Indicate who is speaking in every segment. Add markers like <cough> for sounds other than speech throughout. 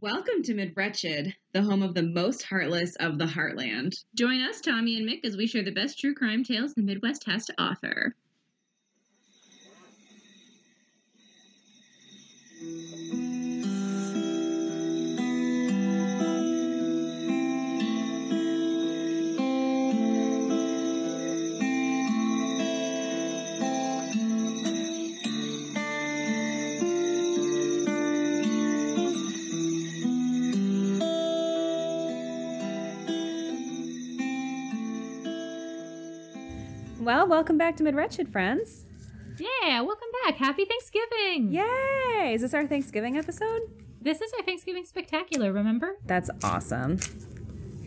Speaker 1: Welcome to Mid Wretched, the home of the most heartless of the heartland.
Speaker 2: Join us, Tommy and Mick, as we share the best true crime tales the Midwest has to offer.
Speaker 3: Well, welcome back to Mid Wretched, friends.
Speaker 2: Yeah, welcome back. Happy Thanksgiving.
Speaker 3: Yay! Is this our Thanksgiving episode?
Speaker 2: This is our Thanksgiving spectacular, remember?
Speaker 3: That's awesome.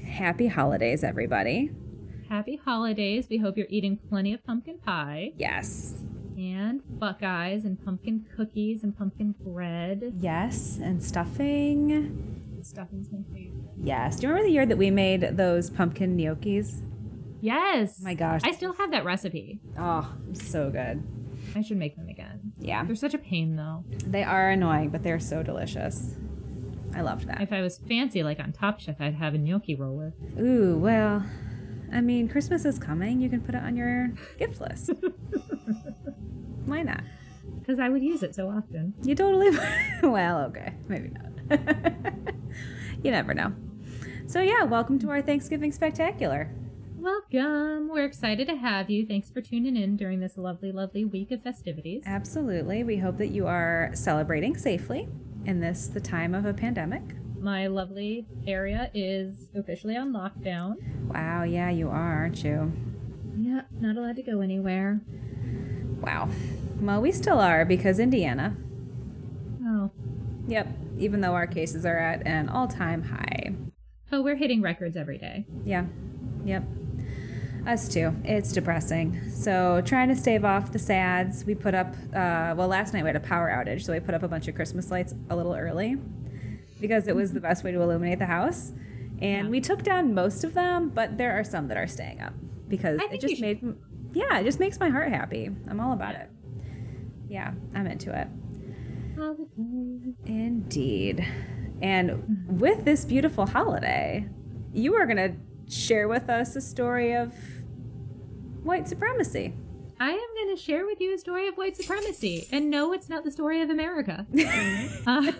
Speaker 3: Happy holidays, everybody.
Speaker 2: Happy holidays. We hope you're eating plenty of pumpkin pie
Speaker 3: Yes.
Speaker 2: and buckeyes and pumpkin cookies and pumpkin bread.
Speaker 3: Yes, and stuffing.
Speaker 2: Stuffing's my favorite.
Speaker 3: Yes. Do you remember the year that we made those pumpkin gnocchis?
Speaker 2: Yes.
Speaker 3: Oh My gosh.
Speaker 2: I still have that recipe.
Speaker 3: Oh, so good.
Speaker 2: I should make them again.
Speaker 3: Yeah.
Speaker 2: They're such a pain though.
Speaker 3: They are annoying, but they're so delicious. I loved that.
Speaker 2: If I was fancy like on Top Chef, I'd have a gnocchi roller.
Speaker 3: Ooh, well, I mean, Christmas is coming. You can put it on your gift list. Why not?
Speaker 2: Because I would use it so often.
Speaker 3: You totally. <laughs> well, okay, maybe not. <laughs> you never know. So yeah, welcome to our Thanksgiving spectacular.
Speaker 2: Welcome. We're excited to have you. Thanks for tuning in during this lovely, lovely week of festivities.
Speaker 3: Absolutely. We hope that you are celebrating safely in this the time of a pandemic.
Speaker 2: My lovely area is officially on lockdown.
Speaker 3: Wow, yeah, you are, aren't you?
Speaker 2: Yeah, not allowed to go anywhere.
Speaker 3: Wow. Well, we still are because Indiana.
Speaker 2: Oh.
Speaker 3: Yep, even though our cases are at an all-time high.
Speaker 2: Oh, we're hitting records every day.
Speaker 3: Yeah. Yep. Us too. It's depressing. So trying to stave off the sads, we put up. Uh, well, last night we had a power outage, so we put up a bunch of Christmas lights a little early because it was the best way to illuminate the house. And we took down most of them, but there are some that are staying up because
Speaker 2: I
Speaker 3: it
Speaker 2: think you
Speaker 3: just made. Yeah, it just makes my heart happy. I'm all about it. Yeah, I'm into it.
Speaker 2: Holiday.
Speaker 3: Indeed. And with this beautiful holiday, you are going to share with us a story of
Speaker 2: <laughs>
Speaker 3: white supremacy. <laughs>
Speaker 2: I am going to share with you a story of white supremacy. And no, it's not the story of America Uh,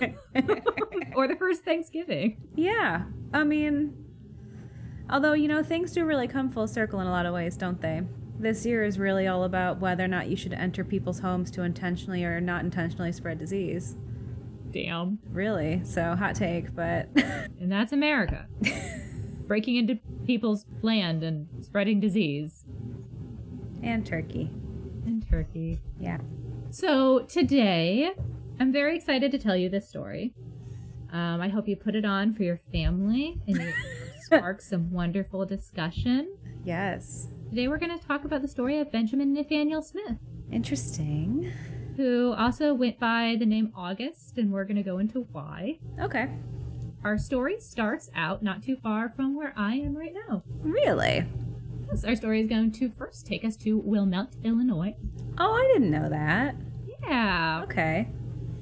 Speaker 2: <laughs> or the first Thanksgiving.
Speaker 3: yeah. I mean, although, you know, things do really come full circle in a lot of ways, don't they? This year is really all about whether or not you should enter people's homes to intentionally or not intentionally spread disease.
Speaker 2: Damn.
Speaker 3: Really. So, hot take, but <laughs>
Speaker 2: And that's America. Breaking into people's land and spreading disease.
Speaker 3: and turkey.
Speaker 2: And Turkey.
Speaker 3: Yeah.
Speaker 2: So today, I'm very excited to tell you this story. Um, I hope you put it on for your family and you spark some wonderful discussion.
Speaker 3: Yes.
Speaker 2: Today, we're going to talk about the story of Benjamin Nathaniel Smith,
Speaker 3: Interesting.
Speaker 2: who also went by the name August, and we're going to go into why.
Speaker 3: Okay.
Speaker 2: Our story starts out not too far from where I am right now.
Speaker 3: Really?
Speaker 2: Yes, our story is going to first take us to Wilmette, Illinois.
Speaker 3: Oh, I didn't know that.
Speaker 2: Yeah.
Speaker 3: Okay.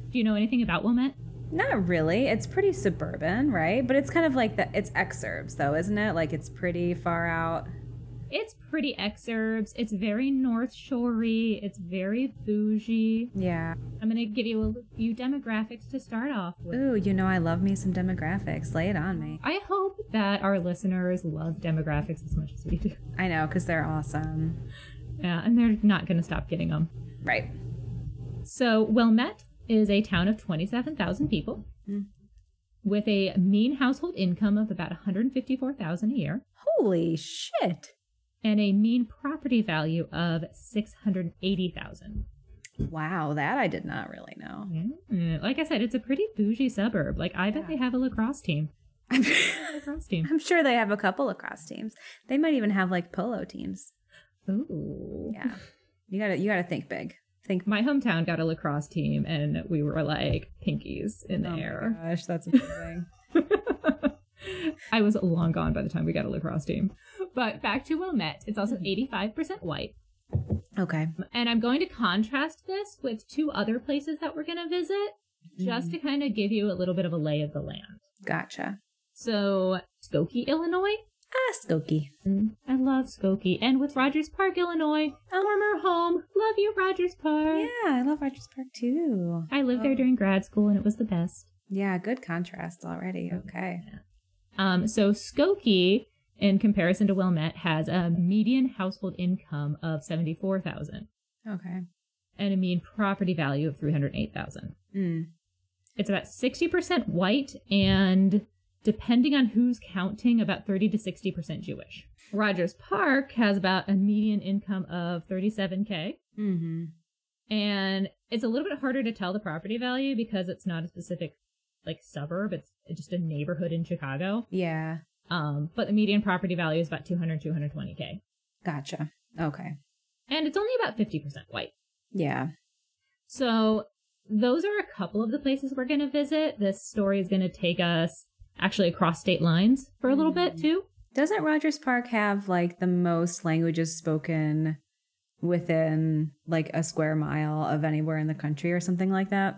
Speaker 2: Do you know anything about Wilmette?
Speaker 3: Not really. It's pretty suburban, right? But it's kind of like the it's exurbs though, isn't it? Like it's pretty far out.
Speaker 2: It's pretty exurbs. It's very North Shorey. It's very bougie.
Speaker 3: Yeah.
Speaker 2: I'm gonna give you a few demographics to start off with.
Speaker 3: Ooh, you know I love me some demographics. Lay it on me.
Speaker 2: I hope that our listeners love demographics as much as we do. <laughs>
Speaker 3: I know cuz they're awesome.
Speaker 2: Yeah, and they're not gonna stop getting them.
Speaker 3: Right.
Speaker 2: So Wilmette is a town of 27,000 people
Speaker 3: Mm.
Speaker 2: with a mean household income of about 154,000 a year
Speaker 3: Holy shit.
Speaker 2: and a mean property value of 680,000.
Speaker 3: Wow, that I did not really know. <laughs>
Speaker 2: Mm, Like I said, it's a pretty bougie suburb. Like I bet
Speaker 3: Yeah.
Speaker 2: they have a lacrosse team.
Speaker 3: I'm,
Speaker 2: Lacrosse team.
Speaker 3: sure they have a couple lacrosse teams. They might even have like polo teams.
Speaker 2: Ooh.
Speaker 3: Yeah. You got to you got to think big. Think
Speaker 2: My hometown got a lacrosse team, and we were like pinkies in the
Speaker 3: Oh my
Speaker 2: air.
Speaker 3: gosh, that's amazing.
Speaker 2: <laughs> I was long gone by the time we got a lacrosse team. But back to Wilmette, it's
Speaker 3: Mm-hmm.
Speaker 2: also 85% white.
Speaker 3: okay.
Speaker 2: And I'm going to contrast this with two other places that we're going to visit
Speaker 3: Mm-hmm.
Speaker 2: just to kind of give you a little bit of a lay of the land.
Speaker 3: Gotcha.
Speaker 2: So, Skokie, Illinois.
Speaker 3: Ah, Skokie.
Speaker 2: Mm, I love Skokie. And with Rogers Park, Illinois, a warmer home. Love you, Rogers Park.
Speaker 3: Yeah, I love Rogers Park too.
Speaker 2: I lived there
Speaker 3: Oh.
Speaker 2: during grad school and it was the best.
Speaker 3: Yeah, good contrast already. Okay.
Speaker 2: Um, so Skokie, in comparison to Wilmette, has a median household income of seventy-four thousand
Speaker 3: Okay.
Speaker 2: and a mean property value of three hundred eight thousand.
Speaker 3: Mm.
Speaker 2: It's about sixty percent white and, depending on who's counting, about thirty to sixty percent Jewish. Rogers Park has about a median income of thirty-seven k,
Speaker 3: Mm-hmm.
Speaker 2: and it's a little bit harder to tell the property value because it's not a specific like suburb; it's just a neighborhood in Chicago.
Speaker 3: Yeah.
Speaker 2: Um, but the median property value is about 200, 220K.
Speaker 3: Gotcha. Okay.
Speaker 2: And it's only about 50% white.
Speaker 3: Yeah.
Speaker 2: So those are a couple of the places we're going to visit. This story is going to take us actually across state lines for a little bit
Speaker 3: Mm.
Speaker 2: too.
Speaker 3: Doesn't Rogers Park have like the most languages spoken within like a square mile of anywhere in the country or something like that?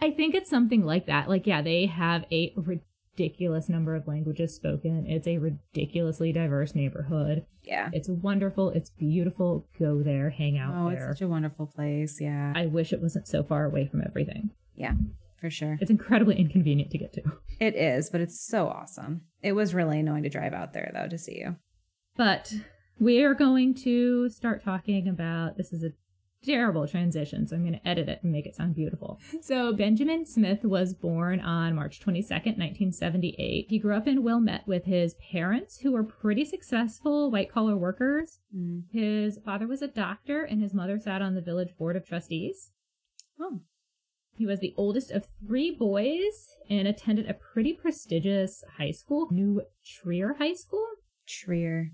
Speaker 2: I think it's something like that. Like, yeah, they have a ridiculous number of languages spoken. It's a ridiculously diverse neighborhood.
Speaker 3: Yeah.
Speaker 2: It's wonderful. It's beautiful. Go there, hang out
Speaker 3: Oh, it's
Speaker 2: there.
Speaker 3: such a wonderful place. Yeah.
Speaker 2: I wish it wasn't so far away from everything.
Speaker 3: For sure.
Speaker 2: It's incredibly inconvenient to get to.
Speaker 3: It is, but it's so awesome. It was really annoying to drive out there though to see you.
Speaker 2: But we are going to start talking about this is a terrible transition, so I'm going to edit it and make it sound beautiful. So Benjamin Smith was born on March 22nd, 1978. He grew up in Wilmette with his parents, who were pretty successful white collar workers.
Speaker 3: Mm.
Speaker 2: His father was a doctor, and his mother sat on the village board of trustees.
Speaker 3: Oh.
Speaker 2: He was the oldest of three boys and attended a pretty prestigious high school, New Trier High School.
Speaker 3: Trier.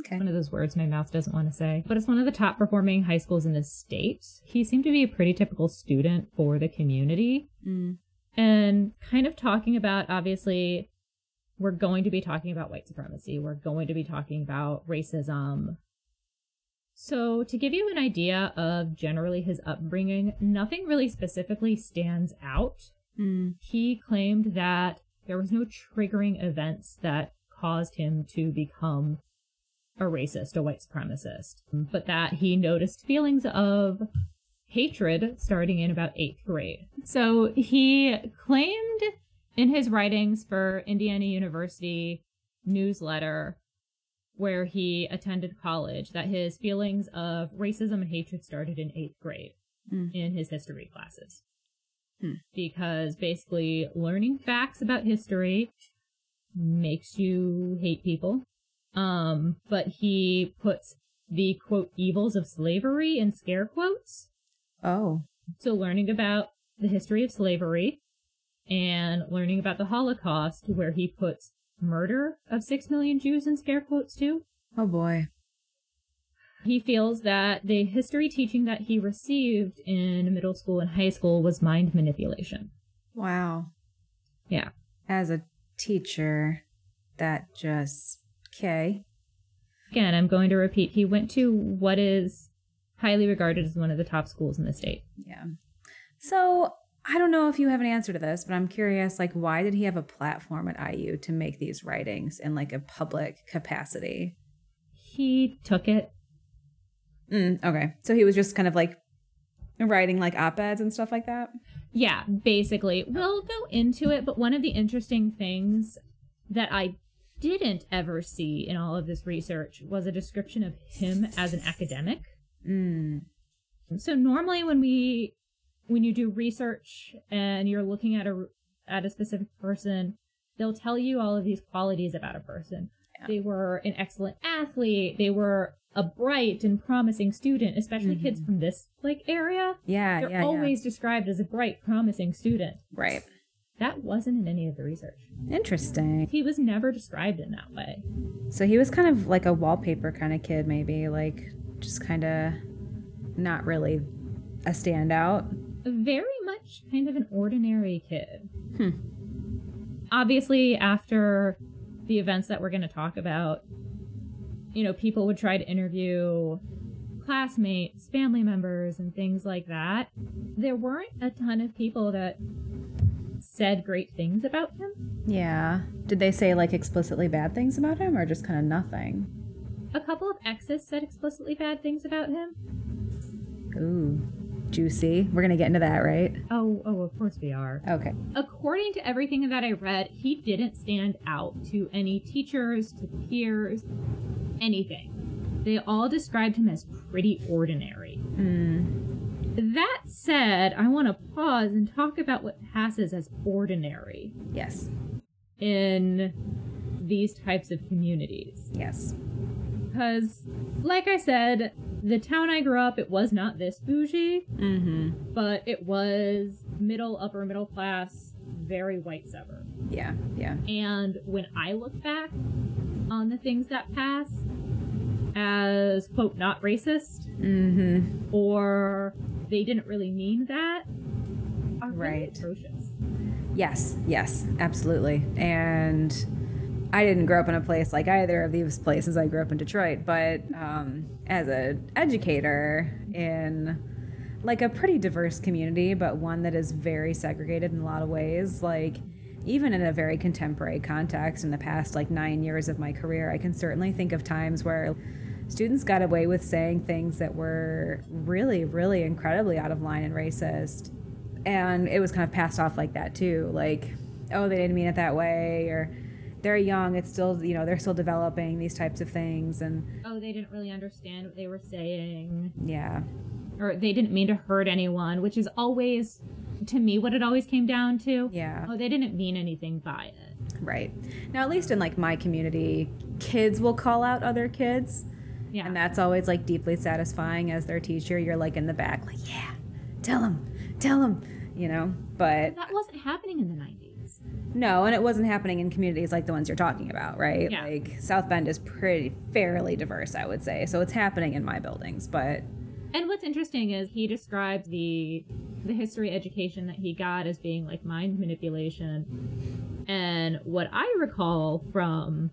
Speaker 3: Okay.
Speaker 2: one of those words my mouth doesn't want to say, but it's one of the top performing high schools in the state. He seemed to be a pretty typical student for the community.
Speaker 3: Mm.
Speaker 2: And kind of talking about, obviously, we're going to be talking about white supremacy, we're going to be talking about racism. So, to give you an idea of generally his upbringing, nothing really specifically stands out
Speaker 3: Mm.
Speaker 2: he claimed that there was no triggering events that caused him to become a racist, a white supremacist, but that he noticed feelings of hatred starting in about eighth grade. So he claimed in his writings for Indiana University newsletter where he attended college that his feelings of racism and hatred started in eighth grade
Speaker 3: Mm.
Speaker 2: in his history classes
Speaker 3: Hmm.
Speaker 2: because basically learning facts about history makes you hate people um but he puts the quote evils of slavery in scare quotes
Speaker 3: Oh.
Speaker 2: so learning about the history of slavery and learning about the holocaust where he puts murder of 6 million jews in scare quotes too
Speaker 3: Oh boy.
Speaker 2: he feels that the history teaching that he received in middle school and high school was mind manipulation.
Speaker 3: Wow.
Speaker 2: Yeah.
Speaker 3: As a teacher, that just okay.
Speaker 2: Again, I'm going to repeat he went to what is highly regarded as one of the top schools in the state.
Speaker 3: Yeah. So I don't know if you have an answer to this, but I'm curious, like, why did he have a platform at IU to make these writings in like a public capacity?
Speaker 2: He took it.
Speaker 3: Mm, okay. So he was just kind of like writing like op eds and stuff like that.
Speaker 2: Yeah, basically. We'll go into it, but one of the interesting things that I didn't ever see in all of this research was a description of him as an academic.
Speaker 3: Mm.
Speaker 2: So normally when we when you do research and you're looking at a at a specific person, they'll tell you all of these qualities about a person.
Speaker 3: Yeah.
Speaker 2: They were an excellent athlete, they were a bright and promising student, especially kids
Speaker 3: Mm-hmm.
Speaker 2: from this like area.
Speaker 3: Yeah.
Speaker 2: They're
Speaker 3: yeah.
Speaker 2: always described as a bright, promising student.
Speaker 3: yeah. Right.
Speaker 2: That wasn't in any of the research.
Speaker 3: Interesting.
Speaker 2: He was never described in that way.
Speaker 3: So he was kind of like a wallpaper kind of kid, maybe, like just kind of not really a standout.
Speaker 2: very much kind of an ordinary kid.
Speaker 3: Hmm.
Speaker 2: Obviously, after the events that we're going to talk about, you know, people would try to interview classmates, family members, and things like that. There weren't a ton of people that said great things about him.
Speaker 3: Yeah. Did they say like explicitly bad things about him or just kind of nothing?
Speaker 2: A couple of exes said explicitly bad things about him.
Speaker 3: Ooh, juicy. We're going to get into that, right?
Speaker 2: Oh, oh, of course we are.
Speaker 3: Okay.
Speaker 2: According to everything that I read, he didn't stand out to any teachers, to peers, anything. They all described him as pretty ordinary.
Speaker 3: Mm.
Speaker 2: That said, I want to pause and talk about what passes as ordinary
Speaker 3: Yes.
Speaker 2: in these types of communities.
Speaker 3: Yes.
Speaker 2: Because, like I said, the town I grew up, it was not this bougie,
Speaker 3: Mm-hmm.
Speaker 2: but it was middle, upper middle class, very white suburb.
Speaker 3: Yeah. Yeah.
Speaker 2: And when I look back on the things that pass as, quote, not racist,
Speaker 3: Mm-hmm.
Speaker 2: or they didn't really mean that, are really
Speaker 3: Right.
Speaker 2: atrocious.
Speaker 3: Yes. Yes. Absolutely. And I didn't grow up in a place like either of these places. I grew up in Detroit, but um, as an educator in like a pretty diverse community, but one that is very segregated in a lot of ways, like even in a very contemporary context in the past like nine years of my career, I can certainly think of times where students got away with saying things that were really, really incredibly out of line and racist. And it was kind of passed off like that too. Like, oh, they didn't mean it that way, or they're young, it's still, you know, they're still developing these types of things. And
Speaker 2: Oh, they didn't really understand what they were saying,
Speaker 3: yeah,
Speaker 2: or they didn't mean to hurt anyone, which is always, to me, what it always came down to.
Speaker 3: yeah.
Speaker 2: Oh, they didn't mean anything by it.
Speaker 3: Right. Now, at least in like my community, kids will call out other kids,
Speaker 2: Yeah.
Speaker 3: and that's always like deeply satisfying as their teacher. You're like in the back, like, yeah, tell them, tell them, you know. But
Speaker 2: that wasn't happening in the 90s.
Speaker 3: no, and it wasn't happening in communities like the ones you're talking about, right?
Speaker 2: Yeah.
Speaker 3: Like South Bend is pretty fairly diverse, I would say. So it's happening in my buildings, but
Speaker 2: And what's interesting is he described the the history education that he got as being like mind manipulation. And what I recall from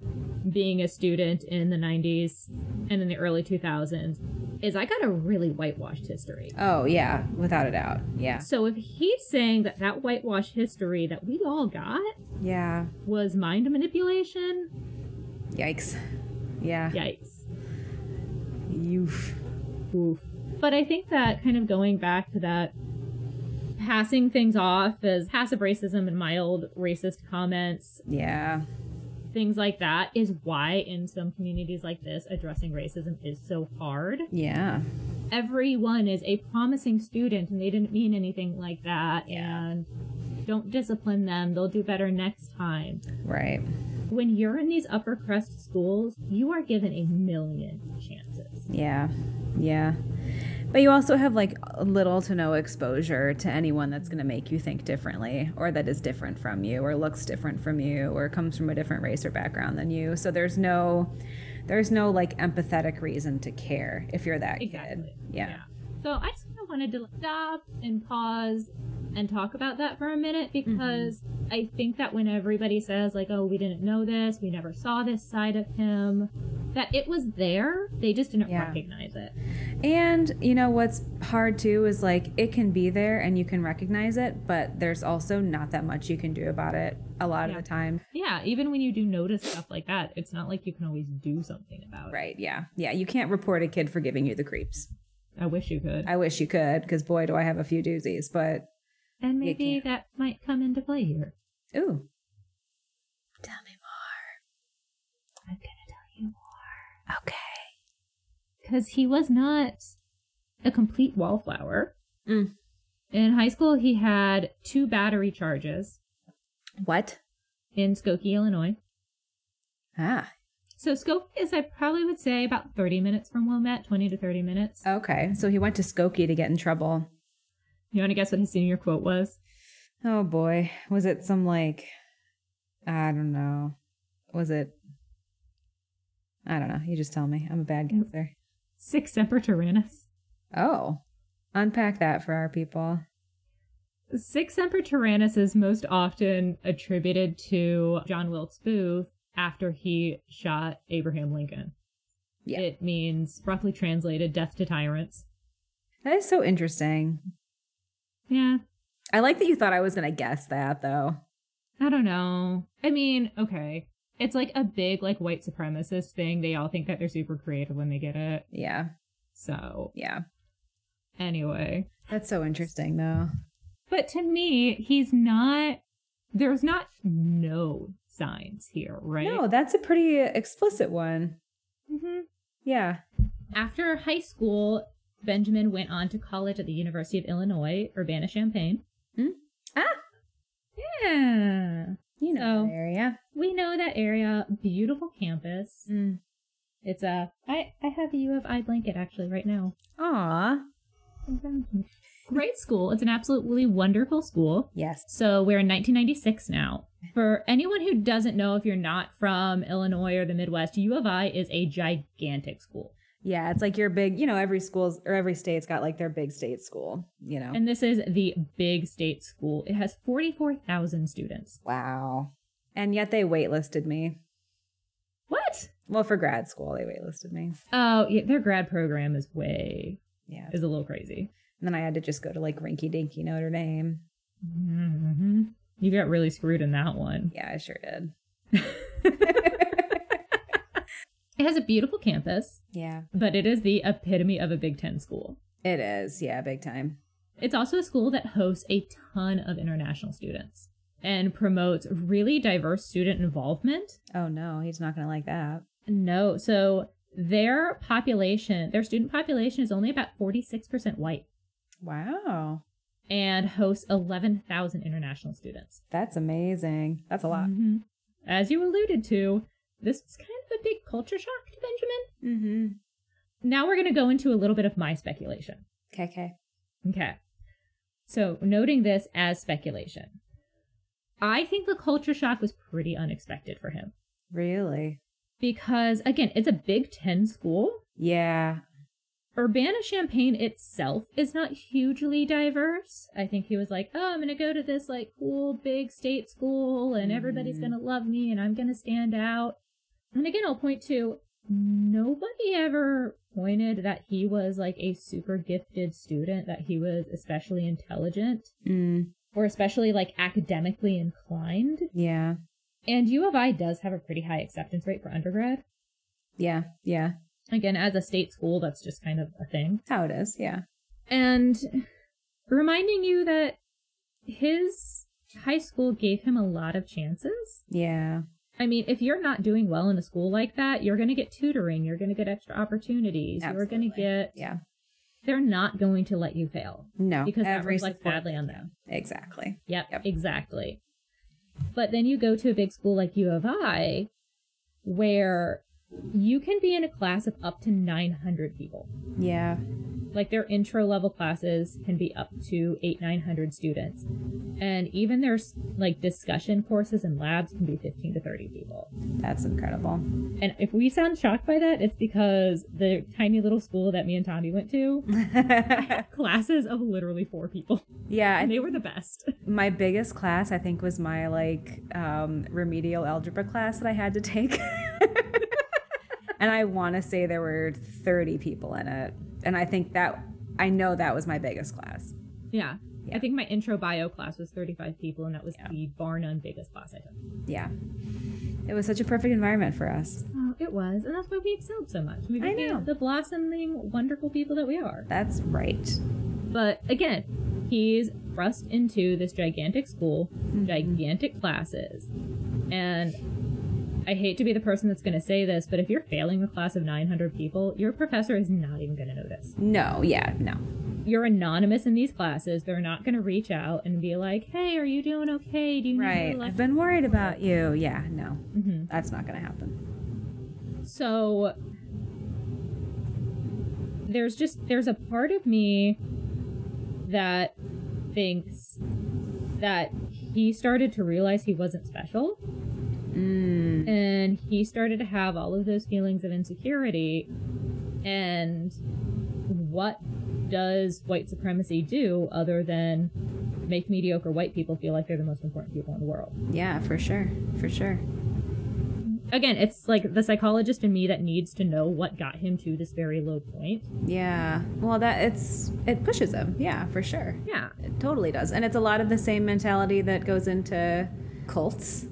Speaker 2: being a student in the 90s and in the early 2000s is I got a really whitewashed history.
Speaker 3: oh yeah, without a doubt, yeah,
Speaker 2: So if he's saying that that whitewashed history that we all got
Speaker 3: yeah,
Speaker 2: was mind manipulation,
Speaker 3: yikes, yeah,
Speaker 2: yikes.
Speaker 3: Oof.
Speaker 2: Oof. But I think that kind of going back to that passing things off as passive racism and mild racist comments,
Speaker 3: yeah,
Speaker 2: things like that, is why in some communities like this, addressing racism is so hard.
Speaker 3: yeah,
Speaker 2: Everyone is a promising student and they didn't mean anything like that.
Speaker 3: Yeah.
Speaker 2: And don't discipline them, they'll do better next time.
Speaker 3: right,
Speaker 2: When you're in these upper crust schools, you are given a million chances.
Speaker 3: Yeah, yeah. But you also have like little to no exposure to anyone that's going to make you think differently or that is different from you or looks different from you or comes from a different race or background than you. So there's no there's no like empathetic reason to care if you're that
Speaker 2: Exactly.
Speaker 3: kid. Yeah.
Speaker 2: So I just kind of wanted to stop and pause and talk about that for a minute
Speaker 3: Mm-hmm.
Speaker 2: because I think that when everybody says, like, oh, we didn't know this, we never saw this side of him, that it was there, they just didn't
Speaker 3: Yeah.
Speaker 2: recognize it.
Speaker 3: And you know what's hard too is like it can be there and you can recognize it, but there's also not that much you can do about it a lot
Speaker 2: Yeah.
Speaker 3: of the time.
Speaker 2: Yeah, even when you do notice stuff like that, it's not like you can always do something about it.
Speaker 3: Right. Yeah. Yeah, you can't report a kid for giving you the creeps.
Speaker 2: I wish you could.
Speaker 3: I wish you could, because boy, do I have a few doozies. But
Speaker 2: and
Speaker 3: you
Speaker 2: maybe
Speaker 3: can't.
Speaker 2: that might come into play here.
Speaker 3: ooh,
Speaker 2: I'm going to tell you
Speaker 3: okay.
Speaker 2: because he was not a complete wallflower.
Speaker 3: Mm.
Speaker 2: In high school, he had two battery charges
Speaker 3: What?
Speaker 2: in Skokie, Illinois.
Speaker 3: Ah,
Speaker 2: So Skokie is, I probably would say, about 30 minutes from Wilmette, 20 to 30 minutes.
Speaker 3: okay. So he went to Skokie to get in trouble.
Speaker 2: You want to guess what his senior quote was?
Speaker 3: Oh boy, was it some like, I don't know, was it? I don't know. You just tell me. I'm a bad guesser.
Speaker 2: Six Semper Tyrannis.
Speaker 3: Oh, unpack that for our people.
Speaker 2: Six Semper Tyrannis is most often attributed to John Wilkes Booth after he shot Abraham Lincoln.
Speaker 3: Yeah.
Speaker 2: It means, roughly translated, death to tyrants.
Speaker 3: That is so interesting.
Speaker 2: Yeah,
Speaker 3: I like that you thought I was going to guess that, though.
Speaker 2: I don't know. I mean, okay. It's like a big, like, white supremacist thing. They all think that they're super creative when they get it.
Speaker 3: Yeah.
Speaker 2: So,
Speaker 3: Yeah.
Speaker 2: anyway.
Speaker 3: That's so interesting, though.
Speaker 2: But to me, he's not, there's not no signs here, right?
Speaker 3: No, that's a pretty explicit one.
Speaker 2: hmm
Speaker 3: Yeah.
Speaker 2: After high school, Benjamin went on to college at the University of Illinois, Urbana Champaign.
Speaker 3: Hmm? Ah!
Speaker 2: Yeah.
Speaker 3: You know,
Speaker 2: So-
Speaker 3: that area.
Speaker 2: We know that area. Beautiful campus.
Speaker 3: Mm.
Speaker 2: It's a. I I have a U of I blanket actually right now.
Speaker 3: Aw.
Speaker 2: Great school. It's an absolutely wonderful school.
Speaker 3: Yes.
Speaker 2: So we're in 1996 now. For anyone who doesn't know, if you're not from Illinois or the Midwest, U of I is a gigantic school.
Speaker 3: Yeah, it's like your big, you know, every school's or every state's got like their big state school, you know.
Speaker 2: And this is the big state school. It has 44,000 students.
Speaker 3: wow. And yet they waitlisted me.
Speaker 2: What?
Speaker 3: Well, for grad school, they waitlisted me.
Speaker 2: Oh, yeah, their grad program is way,
Speaker 3: Yeah.
Speaker 2: is a little crazy.
Speaker 3: And then I had to just go to like rinky dinky Notre Dame.
Speaker 2: hmm You got really screwed in that one.
Speaker 3: Yeah, I sure did.
Speaker 2: <laughs> It has a beautiful campus,
Speaker 3: yeah,
Speaker 2: but it is the epitome of a Big Ten school.
Speaker 3: it is. Yeah, big time.
Speaker 2: It's also a school that hosts a ton of international students and promotes really diverse student involvement.
Speaker 3: Oh no, he's not going to like that.
Speaker 2: No, so their population, their student population is only about 46% white
Speaker 3: Wow.
Speaker 2: and hosts 11,000 international students.
Speaker 3: That's amazing. That's a lot.
Speaker 2: Mhm. As you alluded to, this was kind of a big culture shock to Benjamin.
Speaker 3: Mm-hmm.
Speaker 2: Now we're going to go into a little bit of my speculation.
Speaker 3: Okay, okay.
Speaker 2: Okay. So, noting this as speculation, I think the culture shock was pretty unexpected for him
Speaker 3: Really?
Speaker 2: because, again, it's a Big Ten school.
Speaker 3: Yeah.
Speaker 2: Urbana Champaign itself is not hugely diverse. I think he was like, oh, I'm going to go to this like cool big state school and everybody's
Speaker 3: Mhm.
Speaker 2: going to love me and I'm going to stand out. And again, I'll point to nobody ever pointed that he was like a super gifted student, that he was especially intelligent.
Speaker 3: Mm,
Speaker 2: or especially like academically inclined.
Speaker 3: yeah.
Speaker 2: And U of I does have a pretty high acceptance rate for undergrad.
Speaker 3: Yeah. Yeah.
Speaker 2: Again, as a state school, that's just kind of a thing.
Speaker 3: That's how it is. Yeah.
Speaker 2: And reminding you that his high school gave him a lot of chances.
Speaker 3: Yeah.
Speaker 2: I mean, if you're not doing well in a school like that, you're going to get tutoring, you're going to get extra opportunities, you're going to
Speaker 3: Absolutely.
Speaker 2: get,
Speaker 3: Yeah.
Speaker 2: they're not going to let you fail
Speaker 3: No.
Speaker 2: because that
Speaker 3: every
Speaker 2: reflects
Speaker 3: support-
Speaker 2: badly on them.
Speaker 3: Exactly.
Speaker 2: Yep,
Speaker 3: Yep.
Speaker 2: exactly. But then you go to a big school like U of I, where you can be in a class of up to 900 people.
Speaker 3: Yeah.
Speaker 2: Like their intro level classes can be up to eight, 900 students. And even their like discussion courses and labs can be 15 to 30 people.
Speaker 3: That's incredible.
Speaker 2: <laughs>
Speaker 3: <laughs>
Speaker 2: And if we sound shocked by that, it's because the tiny little school that me and Tommy went to,
Speaker 3: yeah.
Speaker 2: classes of literally four people.
Speaker 3: I
Speaker 2: And they were the best.
Speaker 3: my biggest class i think was my like um, remedial algebra class that i had to take <laughs> and i want to say there were 30 people in it and i think that i know that was my biggest class
Speaker 2: Yeah.
Speaker 3: Yeah.
Speaker 2: I think my intro bio class was 35 people, and that was
Speaker 3: Yeah.
Speaker 2: the bar none biggest class I took.
Speaker 3: yeah it was such a perfect environment for us
Speaker 2: Oh, it was. And that's why we excelled so much. We
Speaker 3: I
Speaker 2: became
Speaker 3: know.
Speaker 2: the blossoming, wonderful people that we are.
Speaker 3: that's right
Speaker 2: But again, he's thrust into this gigantic school, gigantic classes. And I hate to be the person that's going to say this, but if you're failing a class of 900 people, your professor is not even going to notice.
Speaker 3: no yeah no
Speaker 2: you're anonymous in these classes. They're not going to reach out and be like, "Hey, are you doing okay? Do you
Speaker 3: right
Speaker 2: Need
Speaker 3: i've been worried about you yeah no
Speaker 2: hmm
Speaker 3: that's not gonna happen
Speaker 2: So there's just there's a part of me that thinks that he started to realize he wasn't special
Speaker 3: mm.
Speaker 2: and he started to have all of those feelings of insecurity and what does white supremacy do other than make mediocre white people feel like they're the most important people in the world
Speaker 3: yeah for sure for sure
Speaker 2: again, it's like the psychologist in me that needs to know what got him to this very low point.
Speaker 3: Yeah. Well, that it's it pushes him. Yeah, for sure.
Speaker 2: Yeah.
Speaker 3: It totally does. And it's a lot of the same mentality that goes into cults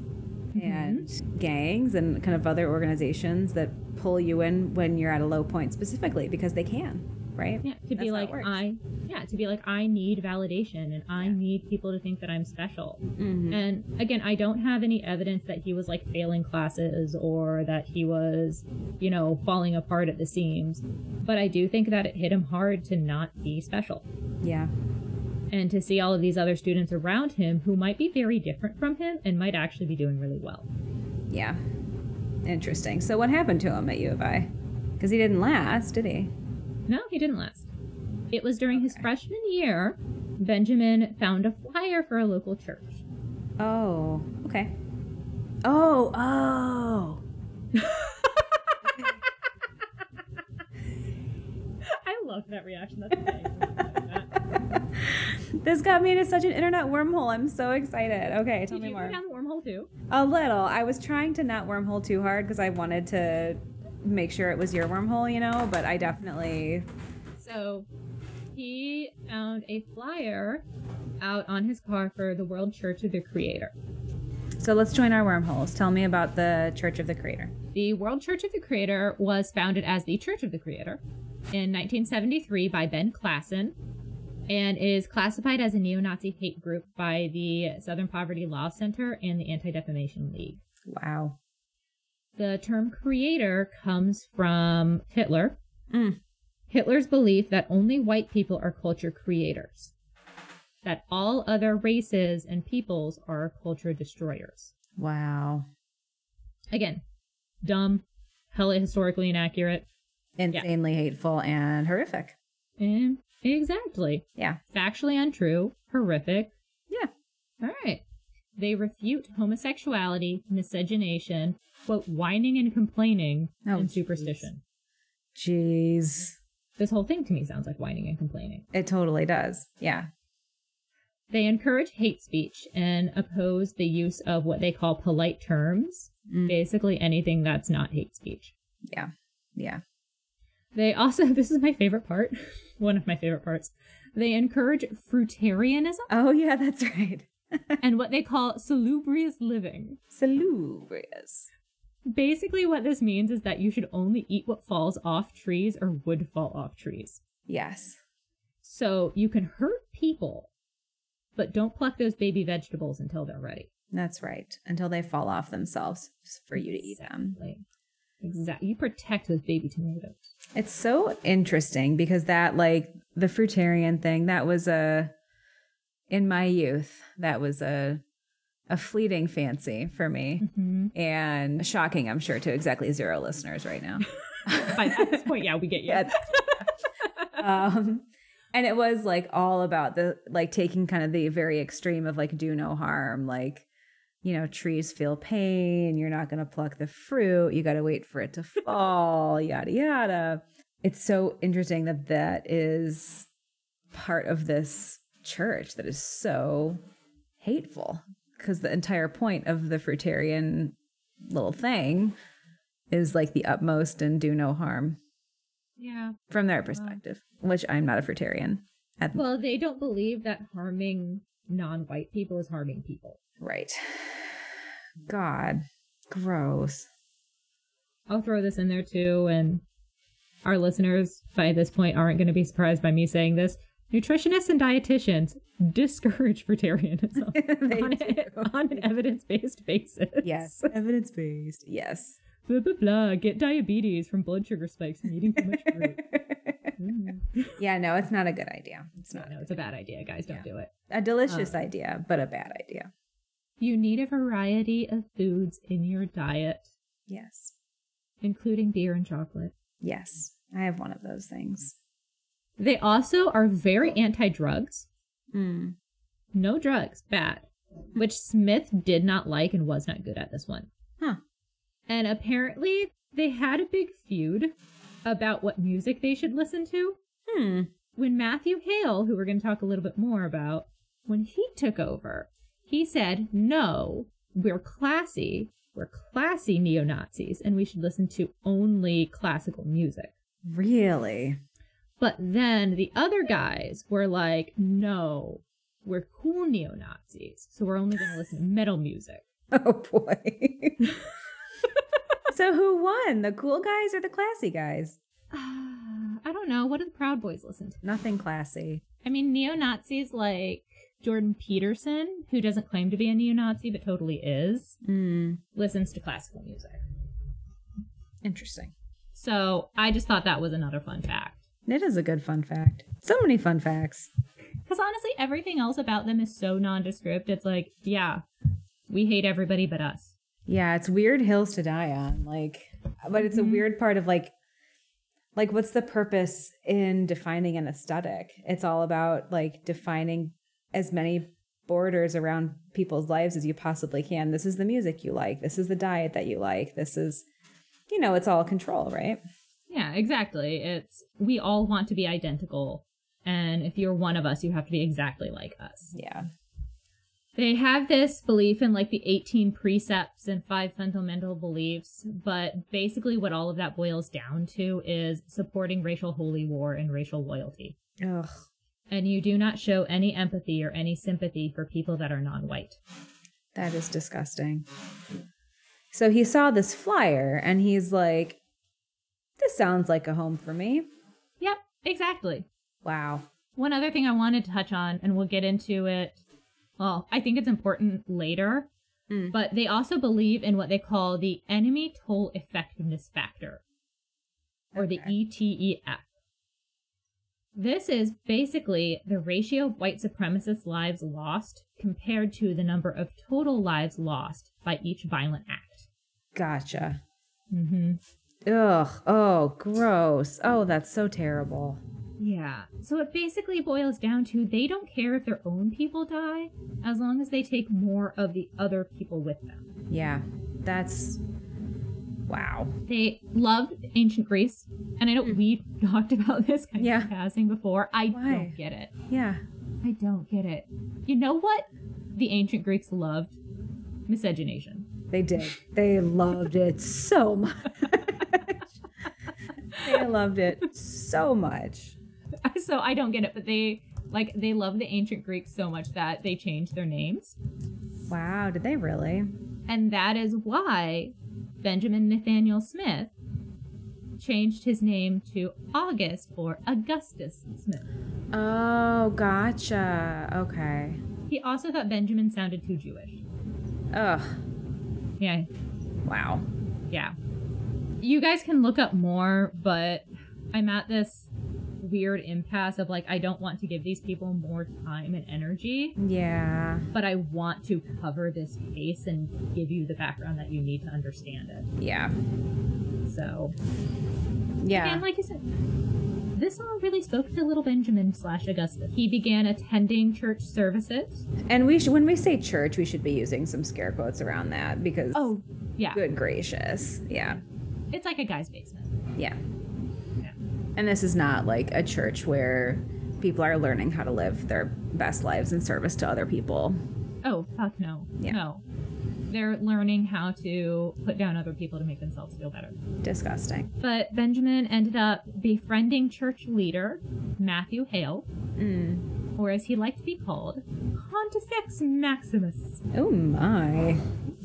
Speaker 3: Mm-hmm. and gangs and kind of other organizations that pull you in when you're at a low point specifically because they can, right?
Speaker 2: Yeah, to
Speaker 3: That's
Speaker 2: be
Speaker 3: how it
Speaker 2: like
Speaker 3: works.
Speaker 2: I yeah, to be like I need validation and I need people to think that I'm special.
Speaker 3: Mm-hmm.
Speaker 2: And again, I don't have any evidence that he was like failing classes or that he was, you know, falling apart at the seams, but I do think that it hit him hard to not be special
Speaker 3: Yeah.
Speaker 2: and to see all of these other students around him who might be very different from him and might actually be doing really well.
Speaker 3: Yeah. Interesting. So what happened to him at U of I? Because he didn't last, did he?
Speaker 2: No, he didn't last. It was during his freshman year, Benjamin found a flyer for a local church. <laughs>
Speaker 3: Oh. Okay. Oh. Oh.
Speaker 2: I love that reaction. That's amazing.
Speaker 3: This got me into such an internet wormhole. I'm so excited. Okay, tell
Speaker 2: Did
Speaker 3: me
Speaker 2: you
Speaker 3: more.
Speaker 2: go down the wormhole too?
Speaker 3: A little. I was trying to not wormhole too hard because I wanted to make sure it was your wormhole, you know, but I definitely.
Speaker 2: So he found a flyer out on his car for the World Church of the Creator.
Speaker 3: So let's join our wormholes. Tell me about the Church of the Creator.
Speaker 2: The World Church of the Creator was founded as the Church of the Creator in 1973 by Ben Klassen and is classified as a neo Nazi hate group by the Southern Poverty Law Center and the Anti Defamation League.
Speaker 3: Wow.
Speaker 2: The term creator comes from Hitler.
Speaker 3: Mm.
Speaker 2: Hitler's belief that only white people are culture creators, that all other races and peoples are culture destroyers.
Speaker 3: Wow.
Speaker 2: Again, dumb, hella historically inaccurate.
Speaker 3: Insanely hateful and horrific.
Speaker 2: And exactly.
Speaker 3: Yeah.
Speaker 2: Factually untrue, horrific.
Speaker 3: Yeah.
Speaker 2: All right. They refute homosexuality, miscegenation, quote, whining and complaining,
Speaker 3: Oh,
Speaker 2: and
Speaker 3: jeez.
Speaker 2: superstition.
Speaker 3: Jeez.
Speaker 2: This whole thing to me sounds like whining and complaining.
Speaker 3: It totally does. Yeah.
Speaker 2: They encourage hate speech and oppose the use of what they call polite terms, basically anything that's not hate speech.
Speaker 3: Yeah. Yeah.
Speaker 2: They also, <laughs> this is my favorite part, <laughs> one of my favorite parts, they encourage fruitarianism
Speaker 3: Oh, yeah, <laughs> that's right.
Speaker 2: and what they call salubrious living.
Speaker 3: Salubrious.
Speaker 2: Basically, what this means is that you should only eat what falls off trees or would fall off trees.
Speaker 3: Yes.
Speaker 2: So you can hurt people, but don't pluck those baby vegetables until they're ready.
Speaker 3: That's right. Until they fall off themselves for you to eat them.
Speaker 2: Like, exactly. You protect those baby tomatoes.
Speaker 3: It's so interesting because that like the fruitarian thing, that was a in my youth, that was a a fleeting fancy for me
Speaker 2: hmm
Speaker 3: and shocking, I'm sure, to exactly zero listeners right now.
Speaker 2: By at this point, yeah, we get you.
Speaker 3: <laughs> Yeah. um and it was like all about the like taking kind of the very extreme of like do no harm like you know trees feel pain you're not going to pluck the fruit you got to wait for it to fall yada yada it's so interesting that that is part of this church that is so hateful because the entire point of the fruitarian little thing is like the utmost and do no harm
Speaker 2: yeah.
Speaker 3: from their perspective, which I'm not a fruitarian. At
Speaker 2: Well, they don't believe that harming non-white people is harming people.
Speaker 3: right. God, gross. <laughs>
Speaker 2: I'll throw this in there too, and our listeners by this point aren't going to be surprised by me saying this. Nutritionists and dietitians discourage <laughs>
Speaker 3: <laughs>
Speaker 2: fruitarianism on, a- <laughs> on an evidence based basis.
Speaker 3: evidence based. Yes.
Speaker 2: Blah, blah, blah. Get diabetes from blood sugar spikes from eating too much fruit. Mm.
Speaker 3: <laughs> Yeah, no, it's not a good idea. It's
Speaker 2: No,
Speaker 3: not
Speaker 2: no, it's a bad idea, guys. Don't do it.
Speaker 3: a delicious idea, but a bad idea.
Speaker 2: You need a variety of foods in your diet,
Speaker 3: Yes.
Speaker 2: including beer and chocolate.
Speaker 3: Yes. I have one of those things.
Speaker 2: They also are very anti drugs.
Speaker 3: Mm.
Speaker 2: No drugs, bad. Which Smith did not like and was not good at this one.
Speaker 3: Huh.
Speaker 2: And apparently they had a big feud about what music they should listen to.
Speaker 3: Hmm.
Speaker 2: When Matthew Hale, who we're going to talk a little bit more about, when he took over, he said, no, we're classy. We're classy neo Nazis and we should listen to only classical music.
Speaker 3: Really? <laughs>
Speaker 2: But then the other guys were like, no, we're cool neo Nazis. So we're only going to listen to metal music.
Speaker 3: Oh boy. so who won? The cool guys or the classy guys?
Speaker 2: I don't know. What do the Proud Boys listen to?
Speaker 3: Nothing classy.
Speaker 2: I mean, neo Nazis like Jordan Peterson, who doesn't claim to be a neo Nazi but totally is,
Speaker 3: Mm,
Speaker 2: listens to classical music.
Speaker 3: interesting.
Speaker 2: So I just thought that was another fun fact.
Speaker 3: It is a good fun fact. So many fun facts.
Speaker 2: Because honestly, everything else about them is so nondescript. It's like, yeah, we hate everybody but us.
Speaker 3: Yeah, it's weird hills to die on. Like, but it's
Speaker 2: Mhm.
Speaker 3: a weird part of like, like what's the purpose in defining an aesthetic? It's all about like defining as many borders around people's lives as you possibly can. This is the music you like. This is the diet that you like. This is, you know, it's all control, right?
Speaker 2: Yeah, exactly. It's we all want to be identical. And if you're one of us, you have to be exactly like us.
Speaker 3: Yeah.
Speaker 2: They have this belief in like the 18 precepts and five fundamental beliefs, but basically what all of that boils down to is supporting racial holy war and racial loyalty.
Speaker 3: Ugh.
Speaker 2: And you do not show any empathy or any sympathy for people that are non white.
Speaker 3: That is disgusting. So he saw this flyer and he's like, this sounds like a home for me.
Speaker 2: Yep, exactly.
Speaker 3: Wow.
Speaker 2: One other thing I wanted to touch on, and we'll get into it. Well, I think it's important later,
Speaker 3: Mm.
Speaker 2: but they also believe in what they call the enemy toll effectiveness factor, or the E
Speaker 3: Okay.
Speaker 2: ETEF. This is basically the ratio of white supremacist lives lost compared to the number of total lives lost by each violent act.
Speaker 3: Gotcha.
Speaker 2: Mm-hmm.
Speaker 3: Ugh. Oh, gross. Oh, that's so terrible.
Speaker 2: Yeah. So it basically boils down to they don't care if their own people die as long as they take more of the other people with them.
Speaker 3: Yeah. That's wow.
Speaker 2: They loved ancient Greece, and I know we <laughs> talked about this kind
Speaker 3: Hmm. Yeah.
Speaker 2: of passing before. I
Speaker 3: Why?
Speaker 2: don't get it.
Speaker 3: Yeah.
Speaker 2: I don't get it. You know what the ancient Greeks loved? Miscegenation. <laughs>
Speaker 3: They did. They loved it so much. they loved it so much.
Speaker 2: so I don't get it, but they like they love the ancient Greeks so much that they changed their names.
Speaker 3: Wow. Did they really?
Speaker 2: And that is why Benjamin Nathaniel Smith changed his name to August or Augustus Smith.
Speaker 3: Oh, gotcha. Okay.
Speaker 2: He also thought Benjamin sounded too Jewish.
Speaker 3: Ugh.
Speaker 2: Yeah,
Speaker 3: Wow.
Speaker 2: yeah. You guys can look up more, but I'm at this weird impasse of like, I don't want to give these people more time and energy,
Speaker 3: Yeah.
Speaker 2: but I want to cover this case and give you the background that you need to understand it.
Speaker 3: Yeah.
Speaker 2: So
Speaker 3: Yeah.
Speaker 2: And like you said, this all really spoke to little Benjamin slash Augustus. He began attending church services.
Speaker 3: And we should, when we say church, we should be using some scare quotes around that because
Speaker 2: Oh, yeah.
Speaker 3: Oh, good gracious. Yeah.
Speaker 2: It's like a guy's basement.
Speaker 3: Yeah.
Speaker 2: Yeah.
Speaker 3: And this is not like a church where people are learning how to live their best lives in service to other people.
Speaker 2: Oh, fuck no.
Speaker 3: Yeah.
Speaker 2: No. They're learning how to put down other people to make themselves feel better.
Speaker 3: Disgusting.
Speaker 2: But Benjamin ended up befriending church leader Matthew Hale,
Speaker 3: Mm.
Speaker 2: or as he liked to be called, Pontifex Maximus.
Speaker 3: Oh my.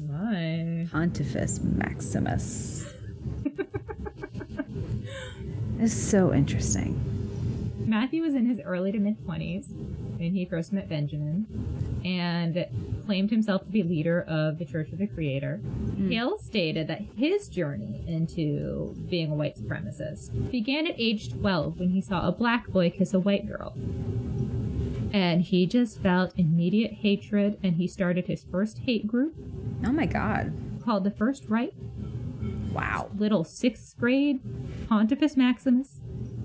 Speaker 2: My.
Speaker 3: Pontifex Maximus.
Speaker 2: <laughs>
Speaker 3: it's so interesting.
Speaker 2: Matthew was in his early to mid 20s when he first met Benjamin and claimed himself to be leader of the Church of the Creator. Hale stated that his journey into being a white supremacist began at age 12 when he saw a black boy kiss a white girl. And he just felt immediate hatred and he started his first hate group
Speaker 3: Oh my God.
Speaker 2: called the First Right
Speaker 3: Wow.
Speaker 2: Little Sixth Grade Pontifex Maximus.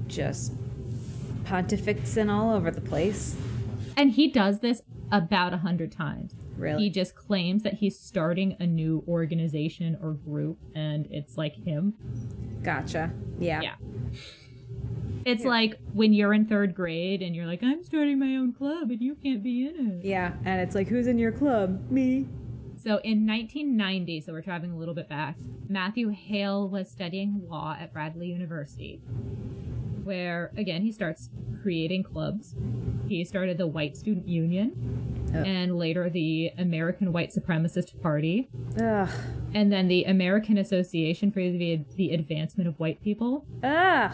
Speaker 3: Just pontifexing all over the place.
Speaker 2: And he does this about a hundred times.
Speaker 3: Really?
Speaker 2: He just claims that he's starting a new organization or group and it's like him.
Speaker 3: Gotcha. Yeah.
Speaker 2: Yeah. It's like when you're in third grade and you're like, I'm starting my own club and you can't be in it.
Speaker 3: Yeah. And it's like, who's in your club? Me.
Speaker 2: So in 1990, so we're traveling a little bit back, Matthew Hale was studying law at Bradley University, where again he starts creating clubs. He started the White Student Union
Speaker 3: Oh.
Speaker 2: and later the American White Supremacist Party
Speaker 3: Ugh.
Speaker 2: and then the American Association for the, the Advancement of White People.
Speaker 3: Ugh.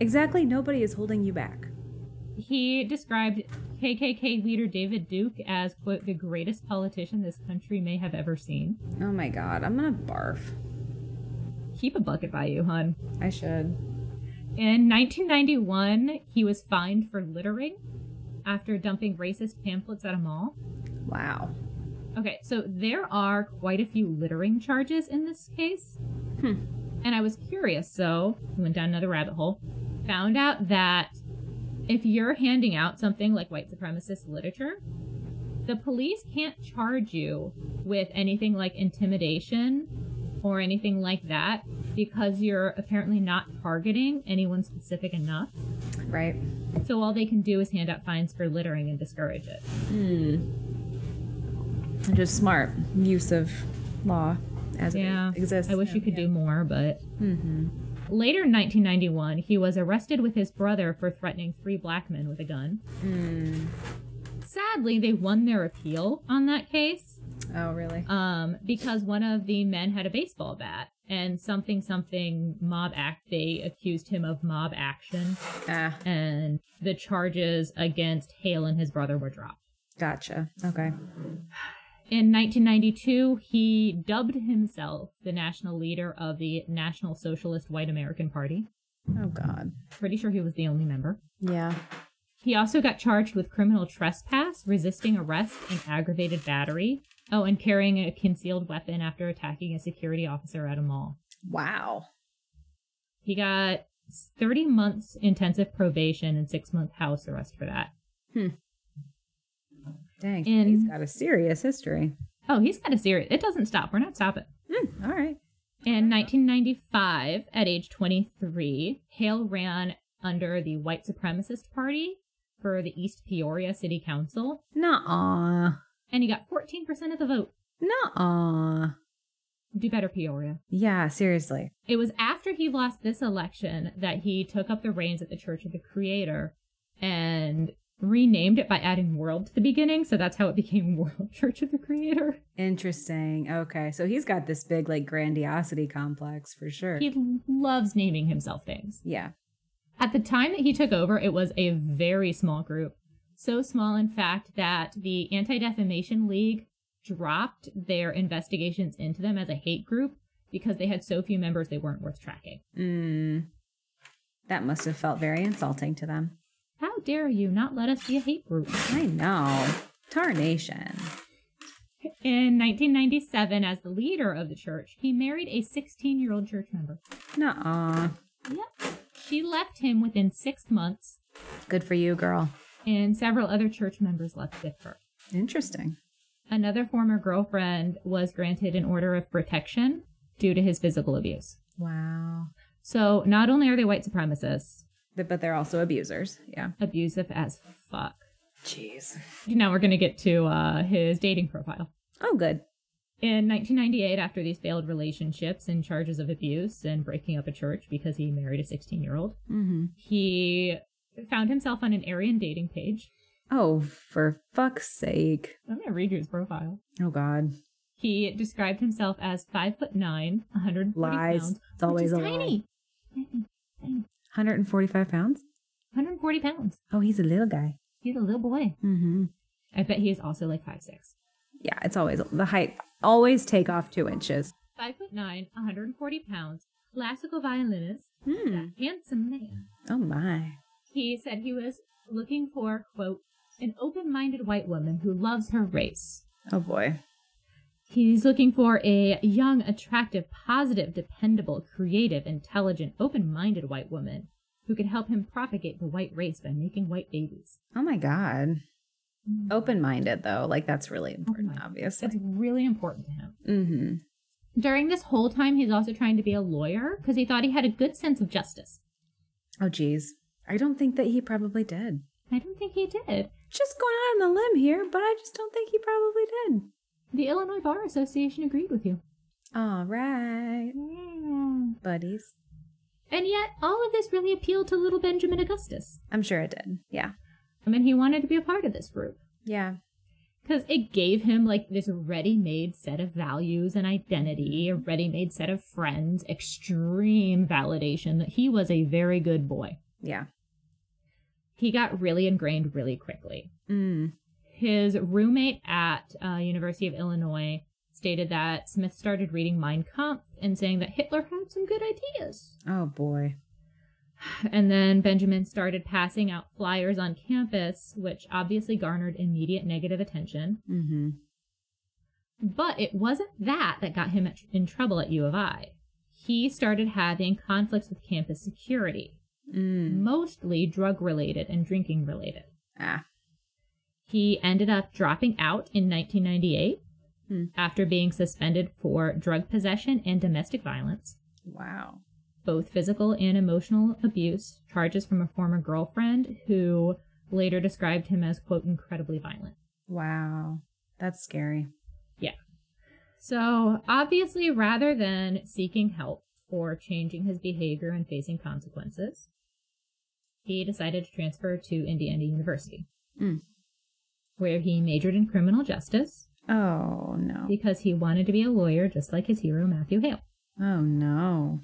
Speaker 3: Exactly. Nobody is holding you back.
Speaker 2: He described KKK leader David Duke as, quote, the greatest politician this country may have ever seen.
Speaker 3: Oh my god. I'm gonna barf.
Speaker 2: Keep a bucket by you, hun.
Speaker 3: I should.
Speaker 2: In 1991, he was fined for littering after dumping racist pamphlets at a mall.
Speaker 3: Wow.
Speaker 2: Okay, so there are quite a few littering charges in this case.
Speaker 3: Hmm.
Speaker 2: And I was curious, so I went down another rabbit hole, found out that if you're handing out something like white supremacist literature, the police can't charge you with anything like intimidation or anything like that because you're apparently not targeting anyone specific enough.
Speaker 3: Right.
Speaker 2: So all they can do is hand out fines for littering and discourage it.
Speaker 1: Hmm.
Speaker 3: Just smart use of law as
Speaker 2: Yeah.
Speaker 3: it exists.
Speaker 2: I wish you could do more, but
Speaker 3: Mm-hmm.
Speaker 2: Later in 1991, he was arrested with his brother for threatening three black men with a gun.
Speaker 3: Mm.
Speaker 2: Sadly, they won their appeal on that case
Speaker 3: Oh, really?
Speaker 2: um, because one of the men had a baseball bat and something something mob act. They accused him of mob action,
Speaker 3: Ah,
Speaker 2: and the charges against Hale and his brother were dropped.
Speaker 3: gotcha. Okay.
Speaker 2: In 1992, he dubbed himself the national leader of the National Socialist White American Party.
Speaker 3: Oh, God.
Speaker 2: Pretty sure he was the only member.
Speaker 3: Yeah.
Speaker 2: He also got charged with criminal trespass, resisting arrest, and aggravated battery. Oh, and carrying a concealed weapon after attacking a security officer at a mall.
Speaker 3: Wow.
Speaker 2: He got 30 months intensive probation and six month house arrest for that.
Speaker 3: Dang.
Speaker 2: In-
Speaker 3: He's got a serious history.
Speaker 2: Oh, he's got a serious. It doesn't stop. We're not stopping.
Speaker 3: Hmm, all right.
Speaker 2: In 1995, at age 23, Hale ran under the White Supremacist Party for the East Peoria City Council,
Speaker 3: Nuh-uh.
Speaker 2: and he got 14% of the vote.
Speaker 3: Nuh-uh.
Speaker 2: Do better, Peoria.
Speaker 3: Yeah, seriously.
Speaker 2: It was after he lost this election that he took up the reins at the Church of the Creator and renamed it by adding world to the beginning. So that's how it became <laughs> World Church of the Creator.
Speaker 3: Interesting. Okay. So he's got this big, like, grandiosity complex for sure.
Speaker 2: He loves naming himself things.
Speaker 3: yeah.
Speaker 2: At the time that he took over, it was a very small group. So small, in fact, that the Anti Defamation League dropped their investigations into them as a hate group because they had so few members they weren't worth tracking.
Speaker 3: Mm. That must have felt very insulting to them.
Speaker 2: How dare you not let us be a hate group?
Speaker 3: I know. Tarnation.
Speaker 2: In 1997, as the leader of the church, he married a 16 year old church member.
Speaker 3: Nuh-uh.
Speaker 2: Yep. She left him within six months,
Speaker 3: Good for you, girl.
Speaker 2: and several other church members left with her.
Speaker 3: Interesting.
Speaker 2: Another former girlfriend was granted an order of protection due to his physical abuse.
Speaker 3: Wow.
Speaker 2: So, not only are they white supremacists,
Speaker 3: Th- But they're also abusers. Yeah.
Speaker 2: abusive as fuck.
Speaker 3: Jeez.
Speaker 2: Now we're going to get to uh, his dating profile.
Speaker 3: Oh, good.
Speaker 2: In 1998, after these failed relationships and charges of abuse and breaking up a church because he married a 16 year old,
Speaker 3: Mm-hmm.
Speaker 2: he found himself on an Aryan dating page.
Speaker 3: Oh, for fuck's sake.
Speaker 2: I'm gonna read you his profile.
Speaker 3: Oh, God.
Speaker 2: He described himself as five foot nine, 140
Speaker 3: Lies.
Speaker 2: pounds,
Speaker 3: it's always
Speaker 2: which
Speaker 3: a
Speaker 2: is
Speaker 3: lie.
Speaker 2: tiny,
Speaker 3: 145 pounds?
Speaker 2: 140 pounds.
Speaker 3: Oh, he's a little guy.
Speaker 2: He's a little boy.
Speaker 3: Mm-hmm.
Speaker 2: I bet he is also like five six.
Speaker 3: Yeah, it's always the height. Always take off two inches.
Speaker 2: Five foot nine, 140 pounds, classical violinist,
Speaker 3: Hmm.
Speaker 2: a handsome man.
Speaker 3: Oh, my.
Speaker 2: He said he was looking for, quote, an open minded white woman who loves her race.
Speaker 3: Oh, boy.
Speaker 2: He's looking for a young, attractive, positive, dependable, creative, intelligent, open minded white woman who could help him propagate the white race by making white babies.
Speaker 3: Oh, my God. Open minded, though. Like, that's really important,
Speaker 2: Open-minded.
Speaker 3: obviously.
Speaker 2: Mm. That's really important to him.
Speaker 3: Mm-hmm.
Speaker 2: During this whole time, he's also trying to be a lawyer because he thought he had a good sense of justice.
Speaker 3: Oh, geez. I don't think that he probably did.
Speaker 2: I don't think he did.
Speaker 3: Just going out on a limb here, but I just don't think he probably did.
Speaker 2: The Illinois Bar Association agreed with you.
Speaker 3: All right,
Speaker 2: Yeah.
Speaker 3: buddies.
Speaker 2: And yet, all of this really appealed to little Benjamin Augustus.
Speaker 3: I'm sure it did. Yeah.
Speaker 2: I mean, he wanted to be a part of this group
Speaker 3: Yeah.
Speaker 2: because it gave him like this ready made set of values and identity, a ready made set of friends, extreme validation that he was a very good boy.
Speaker 3: Yeah.
Speaker 2: He got really ingrained really quickly.
Speaker 3: Mm.
Speaker 2: his roommate at uh, university of illinois stated that smith started reading mein kampf and saying that hitler had some good ideas
Speaker 3: Oh boy.
Speaker 2: and then benjamin started passing out flyers on campus which obviously garnered immediate negative attention
Speaker 3: Mm-hmm.
Speaker 2: but it wasn't that that got him at, in trouble at u of i he started having conflicts with campus security
Speaker 3: Mm.
Speaker 2: mostly drug related and drinking related
Speaker 3: Ah.
Speaker 2: He ended up dropping out in 1998
Speaker 3: Hmm.
Speaker 2: after being suspended for drug possession and domestic violence,
Speaker 3: Wow.
Speaker 2: both physical and emotional abuse, charges from a former girlfriend who later described him as, quote, incredibly violent.
Speaker 3: Wow. That's scary.
Speaker 2: So, obviously, rather than seeking help or changing his behavior and facing consequences, he decided to transfer to Indiana University,
Speaker 3: Hmm.
Speaker 2: where he majored in criminal justice.
Speaker 3: Oh no.
Speaker 2: because he wanted to be a lawyer just like his hero Matthew Hale.
Speaker 3: Oh no.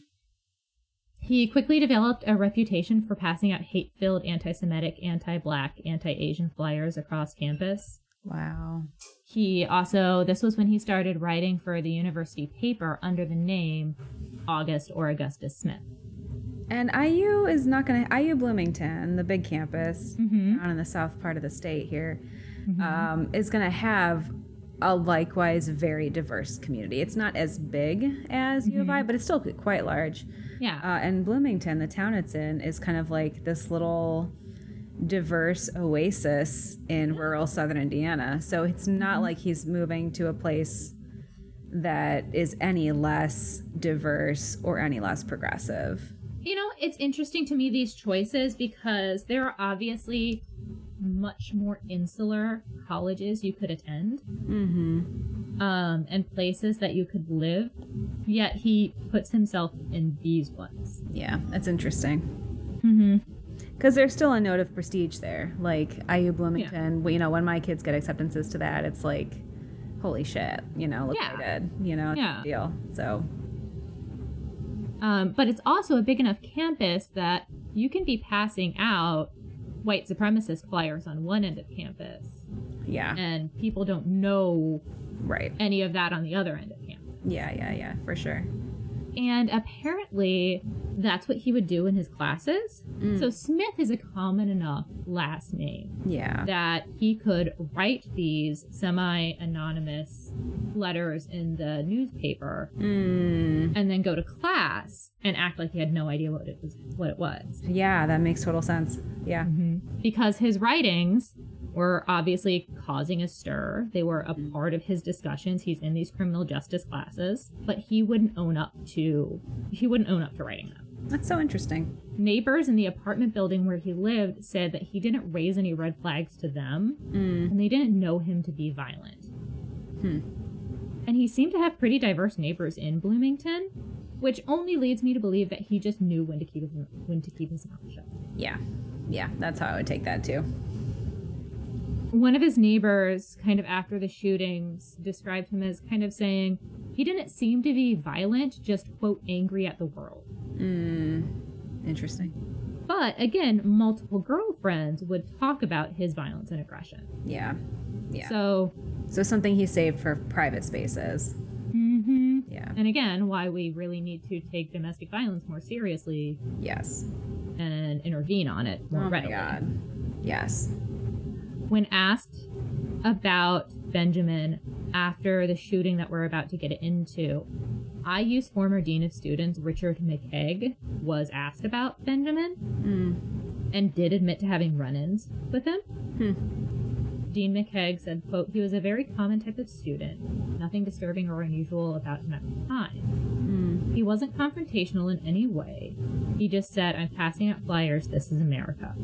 Speaker 2: He quickly developed a reputation for passing out hate filled anti Semitic, anti black, anti Asian flyers across campus.
Speaker 3: Wow.
Speaker 2: He also, this was when he started writing for the university paper under the name August or Augustus Smith.
Speaker 3: And IU is not going to, IU Bloomington, the big campus
Speaker 2: Mm-hmm.
Speaker 3: down in the south part of the state here, um, is going to have a likewise very diverse community. It's not as big as U of I, but it's still quite large.
Speaker 2: Yeah.
Speaker 3: Uh, and Bloomington, the town it's in, is kind of like this little diverse oasis in rural southern Indiana. So it's not like he's moving to a place that is any less diverse or any less progressive.
Speaker 2: You know, it's interesting to me these choices because there are obviously much more insular colleges you could attend.
Speaker 3: Mm-hmm.
Speaker 2: um, and places that you could live, yet he puts himself in these ones.
Speaker 3: Yeah, that's interesting.
Speaker 2: Mm-hmm.
Speaker 3: Because there's still a note of prestige there. Like IU Bloomington, well, you know, when my kids get acceptances to that, it's like, holy shit, you know, look what I
Speaker 2: Yeah.
Speaker 3: did, you know, it's a
Speaker 2: Yeah.
Speaker 3: big deal. So,
Speaker 2: Um, but it's also a big enough campus that you can be passing out white supremacist flyers on one end of campus,
Speaker 3: yeah,
Speaker 2: and people don't know
Speaker 3: right.
Speaker 2: any of that on the other end of campus.
Speaker 3: Yeah, yeah, yeah, for sure.
Speaker 2: And apparently, that's what he would do in his classes. So Smith is a common enough last name.
Speaker 3: Yeah.
Speaker 2: that he could write these semi anonymous letters in the newspaper
Speaker 3: Mm.
Speaker 2: and then go to class and act like he had no idea what it was what it was
Speaker 3: Yeah, that makes total sense. Yeah.
Speaker 2: because his writings were obviously causing a stir they were a part of his discussions he's in these criminal justice classes but he wouldn't own up to he wouldn't own up to writing them
Speaker 3: That's so interesting.
Speaker 2: Neighbors in the apartment building where he lived said that he didn't raise any red flags to them, and they didn't know him to be violent. And he seemed to have pretty diverse neighbors in Bloomington, which only leads me to believe that he just knew when to keep his, when to keep his mouth shut.
Speaker 3: Yeah. Yeah, that's how I would take that too.
Speaker 2: One of his neighbors, kind of after the shootings, described him as kind of saying he didn't seem to be violent, just quote angry at the world.
Speaker 3: Interesting.
Speaker 2: But again, multiple girlfriends would talk about his violence and aggression.
Speaker 3: Yeah. Yeah. So,
Speaker 2: So
Speaker 3: something he saved for private spaces.
Speaker 2: hmm
Speaker 3: Yeah.
Speaker 2: And again, why we really need to take domestic violence more seriously
Speaker 3: Yes.
Speaker 2: and intervene on it more
Speaker 3: Oh my
Speaker 2: readily.
Speaker 3: god. Yes.
Speaker 2: When asked about Benjamin after the shooting that we're about to get into, IU's former dean of students, Richard McKegg, was asked about Benjamin
Speaker 3: Mm.
Speaker 2: and did admit to having run-ins with him. Dean McKegg said, quote, he was a very common type of student, nothing disturbing or unusual about him at the time.
Speaker 3: Mm.
Speaker 2: He wasn't confrontational in any way. He just said, I'm passing out flyers. This is America.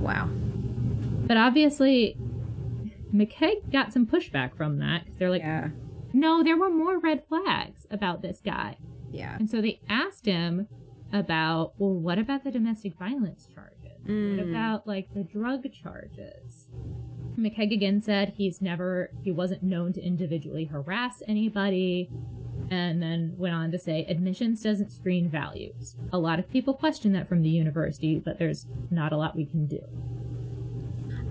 Speaker 3: Wow.
Speaker 2: But obviously, McKay got some pushback from that 'cause they're like,
Speaker 3: yeah.
Speaker 2: no, there were more red flags about this guy.
Speaker 3: Yeah.
Speaker 2: And so they asked him about, well, what about the domestic violence charges? What
Speaker 3: Mm.
Speaker 2: about like the drug charges? McKeg again said he's never, he wasn't known to individually harass anybody. And then went on to say, admissions doesn't screen values. A lot of people question that from the university, but there's not a lot we can do.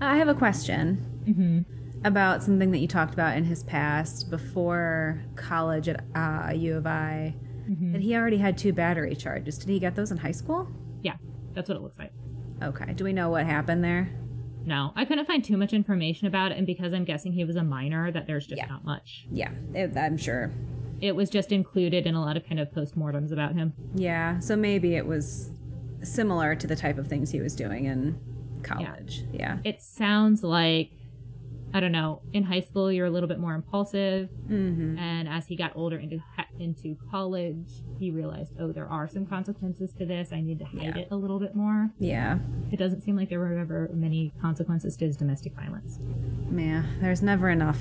Speaker 3: I have a question
Speaker 2: hmm
Speaker 3: about something that you talked about in his past before college at uh, U of I.
Speaker 2: hmm
Speaker 3: That he already had two battery charges. Did he get those in high school?
Speaker 2: Yeah, that's what it looks like.
Speaker 3: Okay. Do we know what happened there?
Speaker 2: No, I couldn't find too much information about it. And because I'm guessing he was a minor, that there's just
Speaker 3: Yeah.
Speaker 2: not much.
Speaker 3: Yeah, it, I'm sure.
Speaker 2: it was just included in a lot of kind of postmortems about him.
Speaker 3: Yeah, so maybe it was similar to the type of things he was doing in college. Yeah.
Speaker 2: It sounds like I don't know. In high school, you're a little bit more impulsive,
Speaker 3: Mm-hmm.
Speaker 2: and as he got older into ha- into college, he realized, oh, there are some consequences to this. I need to hide
Speaker 3: Yeah.
Speaker 2: it a little bit more.
Speaker 3: Yeah.
Speaker 2: It doesn't seem like there were ever many consequences to his domestic violence.
Speaker 3: Yeah. There's never enough.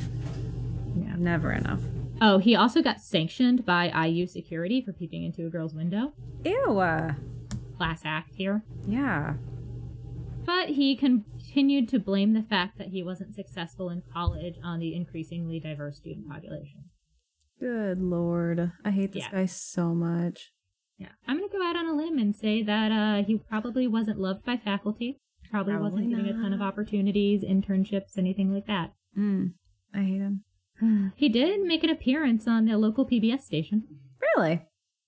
Speaker 2: Yeah.
Speaker 3: Never enough.
Speaker 2: Oh, he also got sanctioned by IU security for peeping into a girl's window.
Speaker 3: Ew. uh,
Speaker 2: Class act here.
Speaker 3: Yeah.
Speaker 2: But he continued to blame the fact that he wasn't successful in college on the increasingly diverse student population.
Speaker 3: Good lord. I hate this
Speaker 2: Yeah.
Speaker 3: guy so much.
Speaker 2: Yeah. I'm going to go out on a limb and say that uh, he probably wasn't loved by faculty, probably, wasn't
Speaker 3: Probably
Speaker 2: getting a ton of
Speaker 3: not.
Speaker 2: opportunities, internships, anything like that.
Speaker 3: Mm. I hate him.
Speaker 2: He did make an appearance on the local PBS station.
Speaker 3: Really?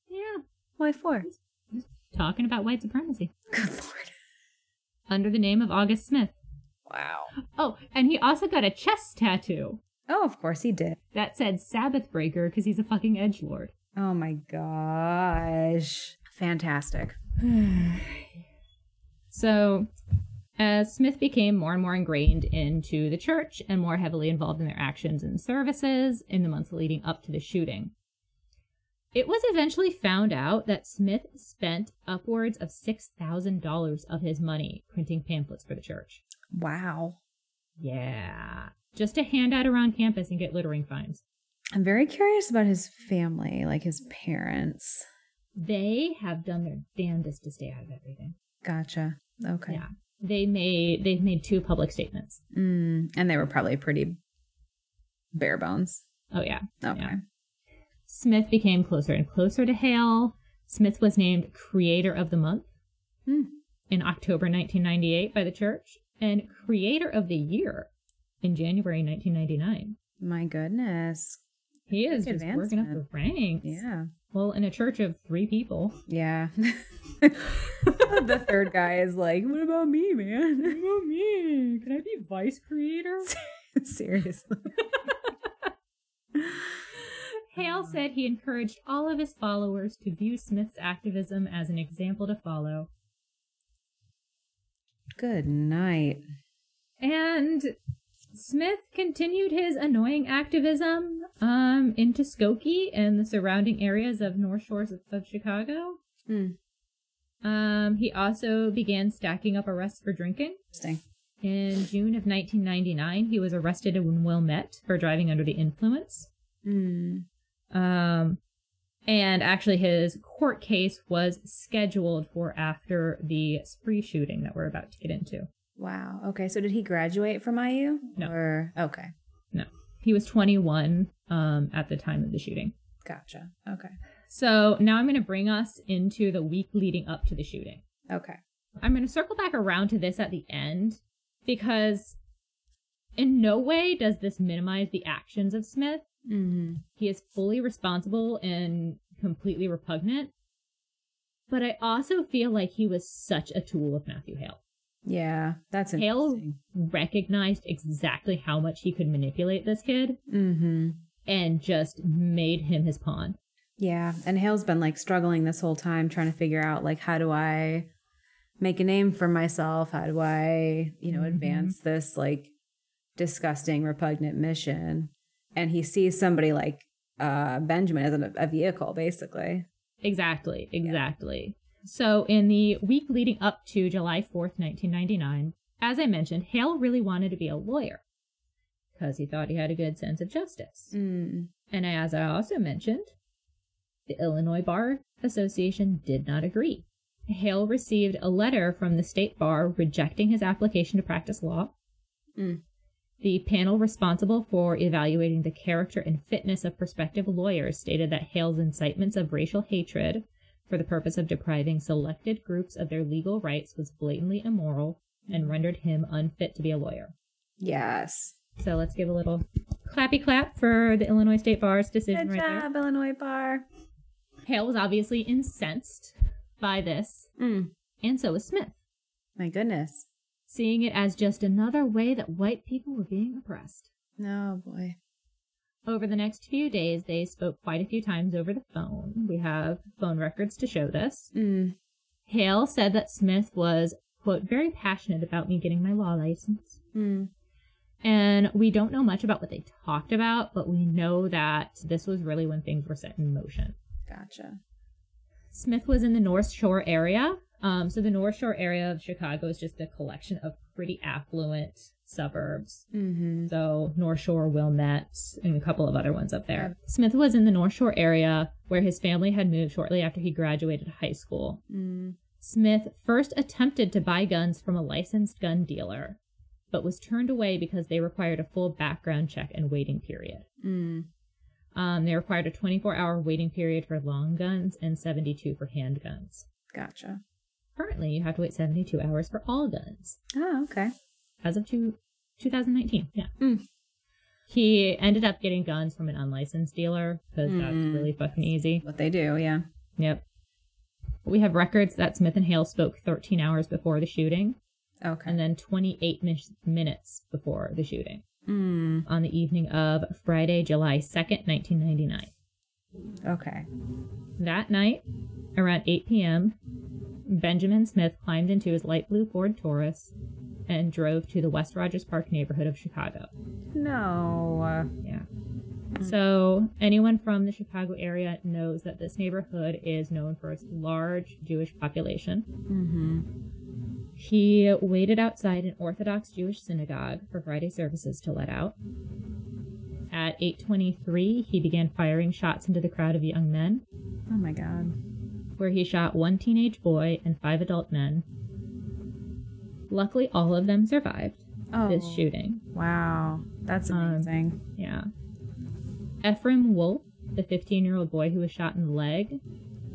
Speaker 2: Yeah,
Speaker 3: Why for?
Speaker 2: talking about white supremacy
Speaker 3: Good lord.
Speaker 2: under the name of August Smith.
Speaker 3: Wow.
Speaker 2: Oh, and he also got a chest tattoo
Speaker 3: Oh, of course he did.
Speaker 2: that said Sabbath Breaker because he's a fucking edge lord.
Speaker 3: Oh my gosh. Fantastic.
Speaker 2: So, as Smith became more and more ingrained into the church and more heavily involved in their actions and services in the months leading up to the shooting, it was eventually found out that Smith spent upwards of $6,000 of his money printing pamphlets for the church.
Speaker 3: Wow.
Speaker 2: Yeah. Just to hand out around campus and get littering fines.
Speaker 3: I'm very curious about his family, like his parents.
Speaker 2: They have done their damnedest to stay out of everything.
Speaker 3: Gotcha. Okay.
Speaker 2: Yeah. They made they've made two public statements.
Speaker 3: Mm, and they were probably pretty bare bones.
Speaker 2: Oh yeah.
Speaker 3: Okay.
Speaker 2: Yeah. Smith became closer and closer to Hale. Smith was named Creator of the Month
Speaker 3: Hmm.
Speaker 2: in October 1998 by the church and Creator of the Year in January 1999.
Speaker 3: My goodness.
Speaker 2: He is
Speaker 3: Quick
Speaker 2: just working up the
Speaker 3: advancement.
Speaker 2: ranks.
Speaker 3: Yeah.
Speaker 2: Well, in a church of three people.
Speaker 3: Yeah. <laughs> the third guy is like, what about me, man? <laughs>
Speaker 2: Oh, me. Can I be vice creator?
Speaker 3: Seriously.
Speaker 2: <laughs> Hale said he encouraged all of his followers to view Smith's activism as an example to follow
Speaker 3: <laughs> Good night.
Speaker 2: And Smith continued his annoying activism um, into Skokie and the surrounding areas of North Shores of, of Chicago.
Speaker 3: Hmm.
Speaker 2: Um, he also began stacking up arrests for drinking.
Speaker 3: Interesting.
Speaker 2: In June of 1999, he was arrested in Wilmette for driving under the influence.
Speaker 3: Mm.
Speaker 2: Um, and actually, his court case was scheduled for after the spree shooting that we're about to get into.
Speaker 3: Wow. Okay. So did he graduate from IU?
Speaker 2: No.
Speaker 3: Or okay.
Speaker 2: He was 21 um, at the time of the shooting.
Speaker 3: Gotcha. Okay.
Speaker 2: So now I'm going to bring us into the week leading up to the shooting.
Speaker 3: Okay.
Speaker 2: I'm going to circle back around to this at the end because in no way does this minimize the actions of Smith.
Speaker 3: Mm-hmm.
Speaker 2: He is fully responsible and completely repugnant. But I also feel like he was such a tool of Matthew Hale.
Speaker 3: Yeah. That's
Speaker 2: Hale-
Speaker 3: interesting.
Speaker 2: Recognized exactly how much he could manipulate this kid
Speaker 3: Mm-hmm.
Speaker 2: and just made him his pawn.
Speaker 3: Yeah, and Hale's been like struggling this whole time trying to figure out like how do I make a name for myself? How do I, you know,
Speaker 2: Mhm.
Speaker 3: advance this like disgusting repugnant mission? And he sees somebody like uh Benjamin as a, a vehicle basically.
Speaker 2: Exactly, exactly. So, in the week leading up to July 4th, 1999, as I mentioned, Hale really wanted to be a lawyer. because he thought he had a good sense of justice.
Speaker 3: Mm.
Speaker 2: And as I also mentioned, the Illinois Bar Association did not agree. Hale received a letter from the state bar rejecting his application to practice law.
Speaker 3: Mm.
Speaker 2: The panel responsible for evaluating the character and fitness of prospective lawyers stated that Hale's incitements of racial hatred for the purpose of depriving selected groups of their legal rights was blatantly immoral
Speaker 3: Mm-hmm.
Speaker 2: and rendered him unfit to be a lawyer.
Speaker 3: Yes.
Speaker 2: So let's give a little clappy clap for the Illinois State Bar's decision
Speaker 3: Good
Speaker 2: right there.
Speaker 3: job, Illinois Bar.
Speaker 2: Hale was obviously incensed by this,
Speaker 3: Mm.
Speaker 2: and so was Smith,
Speaker 3: My goodness.
Speaker 2: seeing it as just another way that white people were being oppressed.
Speaker 3: No Oh, boy.
Speaker 2: Over the next few days, they spoke quite a few times over the phone. We have phone records to show this.
Speaker 3: Mm.
Speaker 2: Hale said that Smith was, quote, very passionate about me getting my law license.
Speaker 3: Mm.
Speaker 2: And we don't know much about what they talked about, but we know that this was really when things were set in motion.
Speaker 3: Gotcha.
Speaker 2: Smith was in the North Shore area. Um, so the North Shore area of Chicago is just a collection of pretty affluent suburbs.
Speaker 3: Mm-hmm.
Speaker 2: So North Shore, Wilmette, and a couple of other ones up there.
Speaker 3: Yep.
Speaker 2: Smith was in the North Shore area where his family had moved shortly after he graduated high school.
Speaker 3: Mm.
Speaker 2: Smith first attempted to buy guns from a licensed gun dealer, but was turned away because they required a full background check and waiting period.
Speaker 3: Mm.
Speaker 2: Um, they required a 24 hour waiting period for long guns and 72 for handguns.
Speaker 3: Gotcha.
Speaker 2: Currently, you have to wait 72 hours for all guns
Speaker 3: Oh, okay.
Speaker 2: as of two, 2019. Yeah.
Speaker 3: Mm.
Speaker 2: He ended up getting guns from an unlicensed dealer because
Speaker 3: Mm.
Speaker 2: that's really fucking easy.
Speaker 3: What they do, yeah.
Speaker 2: Yep. We have records that Smith and Hale spoke 13 hours before the shooting
Speaker 3: Okay.
Speaker 2: and then 28 mi- minutes before the shooting
Speaker 3: Mm.
Speaker 2: on the evening of Friday, July 2nd, 1999.
Speaker 3: Okay.
Speaker 2: That night, around 8 p.m., Benjamin Smith climbed into his light blue Ford Taurus and drove to the West Rogers Park neighborhood of Chicago.
Speaker 3: No.
Speaker 2: Yeah. So, anyone from the Chicago area knows that this neighborhood is known for its large Jewish population.
Speaker 3: Mm-hmm.
Speaker 2: He waited outside an Orthodox Jewish synagogue for Friday services to let out. At 8:23, he began firing shots into the crowd of young men.
Speaker 3: Oh my god.
Speaker 2: where he shot one teenage boy and five adult men. Luckily, all of them survived
Speaker 3: Oh.
Speaker 2: this shooting.
Speaker 3: Wow. That's
Speaker 2: Um,
Speaker 3: amazing.
Speaker 2: Yeah. Ephraim Wolf, the 15 year old boy who was shot in the leg,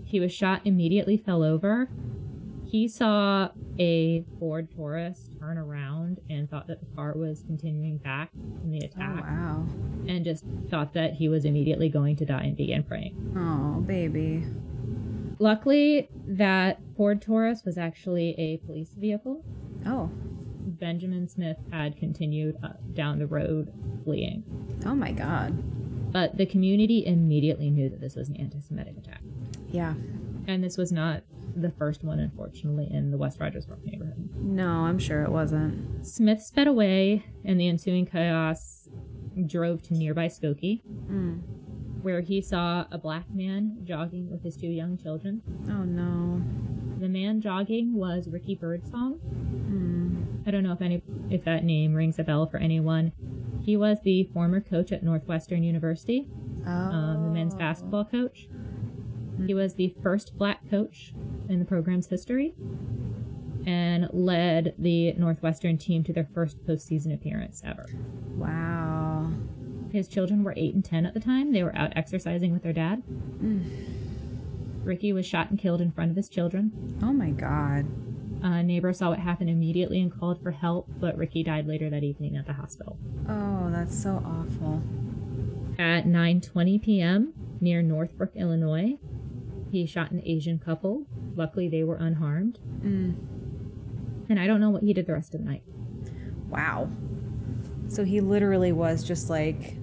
Speaker 2: he was shot immediately, fell over. He saw a Ford Taurus turn around and thought that the car was continuing back from the
Speaker 3: oh
Speaker 2: attack
Speaker 3: wow.
Speaker 2: and just thought that he was immediately going to die and began praying.
Speaker 3: Oh baby.
Speaker 2: Luckily, that Ford Taurus was actually a police vehicle.
Speaker 3: Oh.
Speaker 2: Benjamin Smith had continued up down the road fleeing.
Speaker 3: Oh my god.
Speaker 2: But the community immediately knew that this was an anti Semitic attack.
Speaker 3: Yeah.
Speaker 2: And this was not the first one, unfortunately, in the West Rogers Park neighborhood.
Speaker 3: No, I'm sure it wasn't.
Speaker 2: Smith sped away, and the ensuing chaos drove to nearby Skokie,
Speaker 3: Mm.
Speaker 2: where he saw a black man jogging with his two young children.
Speaker 3: Oh no.
Speaker 2: The man jogging was Ricky Birdsong,
Speaker 3: Mm.
Speaker 2: I don't know if any if that name rings a bell for anyone. He was the former coach at Northwestern University,
Speaker 3: Oh.
Speaker 2: um, the men's basketball coach. He was the first black coach in the program's history, and led the Northwestern team to their first postseason appearance ever.
Speaker 3: Wow.
Speaker 2: His children were eight and ten at the time. They were out exercising with their dad. Ricky was shot and killed in front of his children.
Speaker 3: Oh my god.
Speaker 2: A neighbor saw what happened immediately and called for help, but Ricky died later that evening at the hospital.
Speaker 3: Oh, that's so awful.
Speaker 2: At 9:20 p.m. near Northbrook, Illinois, he shot an Asian couple. Luckily, they were unharmed,
Speaker 3: Mm.
Speaker 2: and I don't know what he did the rest of the night.
Speaker 3: Wow. So he literally was just like,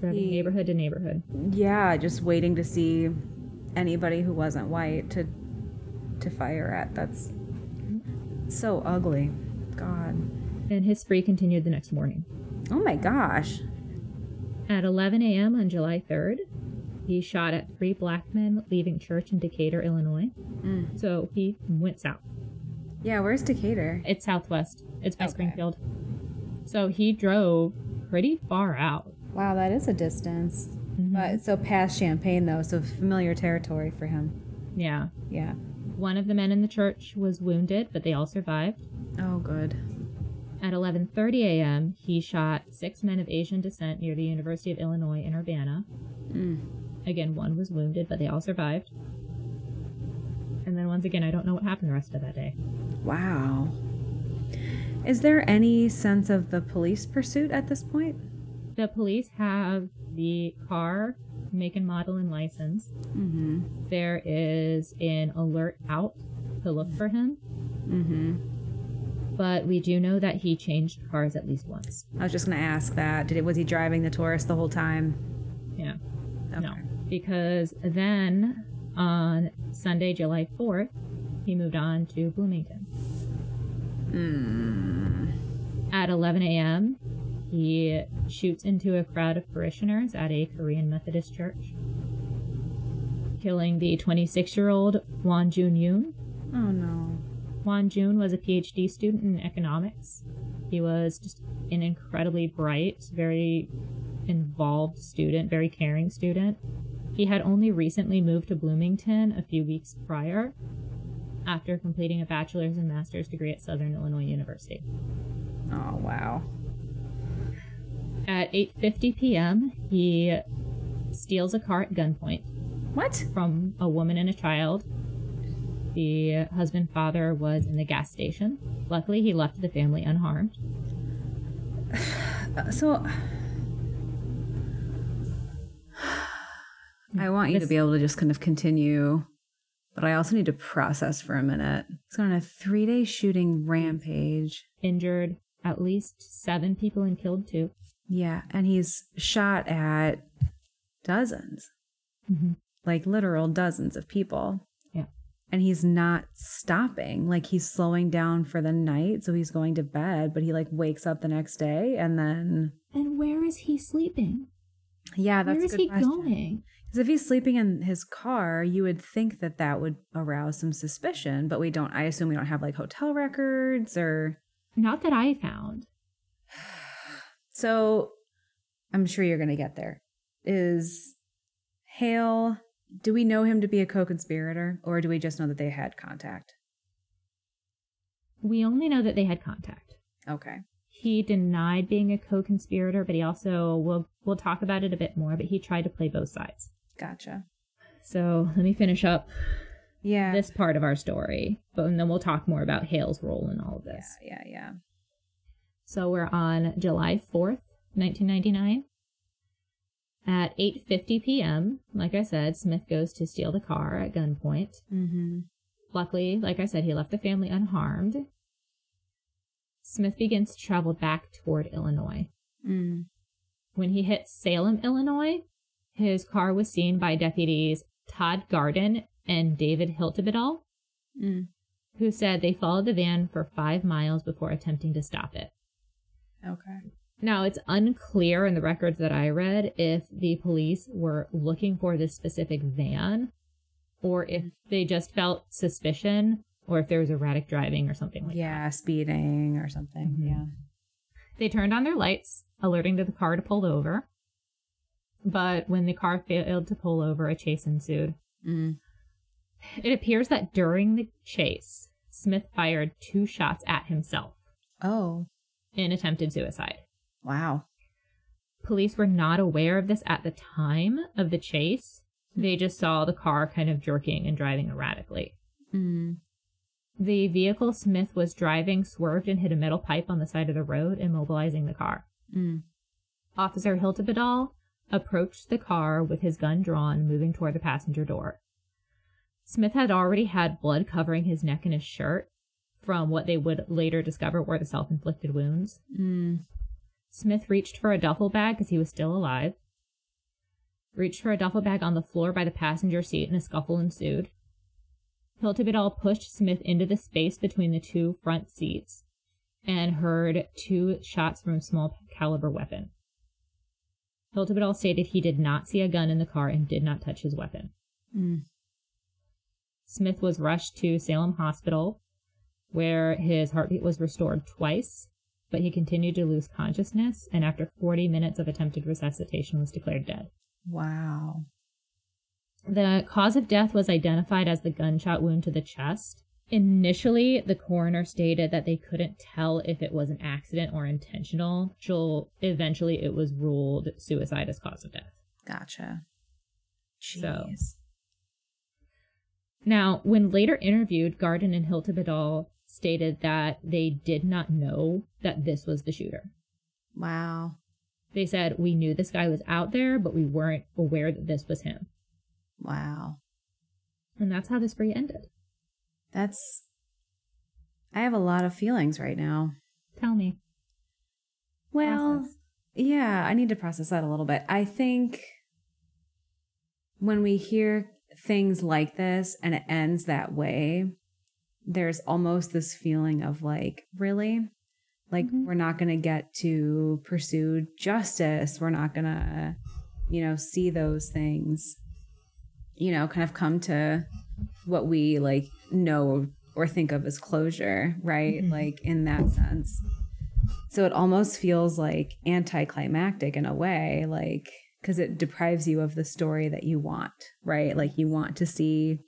Speaker 2: Driving
Speaker 3: He-
Speaker 2: neighborhood to neighborhood.
Speaker 3: yeah, just waiting to see anybody who wasn't white to to fire at. That's so ugly. God.
Speaker 2: And his spree continued the next morning.
Speaker 3: Oh my gosh.
Speaker 2: At 11 a.m. on July 3rd, he shot at three black men leaving church in Decatur, Illinois.
Speaker 3: Mm.
Speaker 2: So he went south.
Speaker 3: Yeah, where's Decatur?
Speaker 2: It's southwest. It's by
Speaker 3: Okay.
Speaker 2: Springfield. So he drove pretty far out.
Speaker 3: Wow, that is a distance.
Speaker 2: Mhm.
Speaker 3: But so past Champagne though, so familiar territory for him.
Speaker 2: yeah.
Speaker 3: Yeah.
Speaker 2: One of the men in the church was wounded, but they all survived.
Speaker 3: Oh, good.
Speaker 2: At 11:30 a.m., he shot six men of Asian descent near the University of Illinois in Urbana. Again, one was wounded, but they all survived. And then once again, I don't know what happened the rest of that day.
Speaker 3: Wow. Is there any sense of the police pursuit at this point?
Speaker 2: The police have the car, make and model, and license.
Speaker 3: Mm-hmm.
Speaker 2: There is an alert out to look for him,
Speaker 3: Mm-hmm.
Speaker 2: but we do know that he changed cars at least once.
Speaker 3: I was just gonna ask that. Did it was he driving the Taurus the whole time?
Speaker 2: Yeah. No, because then on Sunday, July 4th, he moved on to Bloomington. At 11 a.m., he shoots into a crowd of parishioners at a Korean Methodist church, killing the 26 year old Won Jun Yoon.
Speaker 3: Oh no.
Speaker 2: Juan Jun was a PhD student in economics. He was just an incredibly bright, very involved student, very caring student. He had only recently moved to Bloomington a few weeks prior after completing a bachelor's and master's degree at Southern Illinois University.
Speaker 3: Oh wow.
Speaker 2: At 8:50 p.m., he steals a car at gunpoint
Speaker 3: What?
Speaker 2: from a woman and a child. The husband father was in the gas station. Luckily, he left the family unharmed.
Speaker 3: Uh, So I want you to
Speaker 2: This-
Speaker 3: be able to just kind of continue, but I also need to process for a minute. He's on a three day shooting rampage.
Speaker 2: injured at least seven people and killed 2
Speaker 3: Yeah, and he's shot at dozens, Mm-hmm.
Speaker 2: Mhm.
Speaker 3: like literal dozens of people.
Speaker 2: Yeah.
Speaker 3: And he's not stopping. Like he's slowing down for the night, so he's going to bed, but he like wakes up the next day and then
Speaker 2: And where is he sleeping?
Speaker 3: yeah, that's
Speaker 2: where
Speaker 3: a
Speaker 2: is
Speaker 3: good
Speaker 2: he
Speaker 3: question.
Speaker 2: going?
Speaker 3: Because if he's sleeping in his car, you would think that that would arouse some suspicion, but we don't. I assume we don't have like hotel records or.
Speaker 2: Not that I found.
Speaker 3: So I'm sure you're going to get there. Is Hale, do we know him to be a co conspirator or do we just know that they had contact?
Speaker 2: We only know that they had contact.
Speaker 3: Okay.
Speaker 2: He denied being a co-conspirator, but he also we'll we'll talk about it a bit more, but he tried to play both sides.
Speaker 3: Gotcha.
Speaker 2: So let me finish up
Speaker 3: Yeah.
Speaker 2: this part of our story, but and then we'll talk more about Hale's role in all of
Speaker 3: yeah,
Speaker 2: this.
Speaker 3: yeah, yeah.
Speaker 2: So we're on July 4th, 1999. At 8:50 p.m., like I said, Smith goes to steal the car at gunpoint.
Speaker 3: Mm-hmm.
Speaker 2: Luckily, like I said, he left the family unharmed. Smith begins to travel back toward Illinois.
Speaker 3: Mm.
Speaker 2: When he hits Salem, Illinois, his car was seen by deputies Todd Garden and David Hiltibidal,
Speaker 3: Mm.
Speaker 2: who said they followed the van for 5 miles before attempting to stop it.
Speaker 3: Okay.
Speaker 2: Now, it's unclear in the records that I read if the police were looking for this specific van or if
Speaker 3: Mm-hmm.
Speaker 2: they just felt suspicion or if there was erratic driving or something like that.
Speaker 3: Yeah, speeding or something.
Speaker 2: Mhm.
Speaker 3: Yeah.
Speaker 2: They turned on their lights, alerting to the car to pull over. But when the car failed to pull over, a chase ensued.
Speaker 3: Mm.
Speaker 2: It appears that during the chase, Smith fired two shots at himself
Speaker 3: Oh,
Speaker 2: in attempted suicide.
Speaker 3: wow.
Speaker 2: police were not aware of this at the time of the chase. They just saw the car kind of jerking and driving erratically.
Speaker 3: Mm.
Speaker 2: The vehicle Smith was driving swerved and hit a metal pipe on the side of the road, immobilizing the car.
Speaker 3: Mm.
Speaker 2: Officer Hiltibidal approached the car with his gun drawn, moving toward the passenger door. Smith had already had blood covering his neck and his shirt from what they would later discover were the self inflicted wounds.
Speaker 3: Mm.
Speaker 2: Smith reached for a duffel bag because he was still alive. Reached for a duffel bag on the floor by the passenger seat and a scuffle ensued. Hiltibidal pushed Smith into the space between the two front seats and heard two shots from a small caliber weapon. Hiltibidal stated he did not see a gun in the car and did not touch his weapon.
Speaker 3: Mm.
Speaker 2: Smith was rushed to Salem Hospital, where his heartbeat was restored twice, but he continued to lose consciousness and after 40 minutes of attempted resuscitation was declared dead.
Speaker 3: Wow.
Speaker 2: The cause of death was identified as the gunshot wound to the chest. Initially, the coroner stated that they couldn't tell if it was an accident or intentional. Till Eventually, it was ruled suicide as cause of death.
Speaker 3: Gotcha. Jeez.
Speaker 2: So- Now, when later interviewed, Garden and Hiltibadal stated that they did not know that this was the shooter.
Speaker 3: Wow.
Speaker 2: They said, We knew this guy was out there, but we weren't aware that this was him.
Speaker 3: Wow.
Speaker 2: And that's how the spree ended.
Speaker 3: That's. I have a lot of feelings right now.
Speaker 2: Tell me.
Speaker 3: Well,
Speaker 2: process.
Speaker 3: yeah, I need to process that a little bit. I think when we hear things like this and it ends that way, there's almost this feeling of like, really? Like,
Speaker 2: Mhm.
Speaker 3: we're not going to get to pursue justice. We're not going to, you know, see those things, you know, kind of come to what we like know or think of as closure, right?
Speaker 2: Mhm.
Speaker 3: Like, in that sense. So it almost feels like anticlimactic in a way, like because it deprives you of the story that you want, right? Like you want to see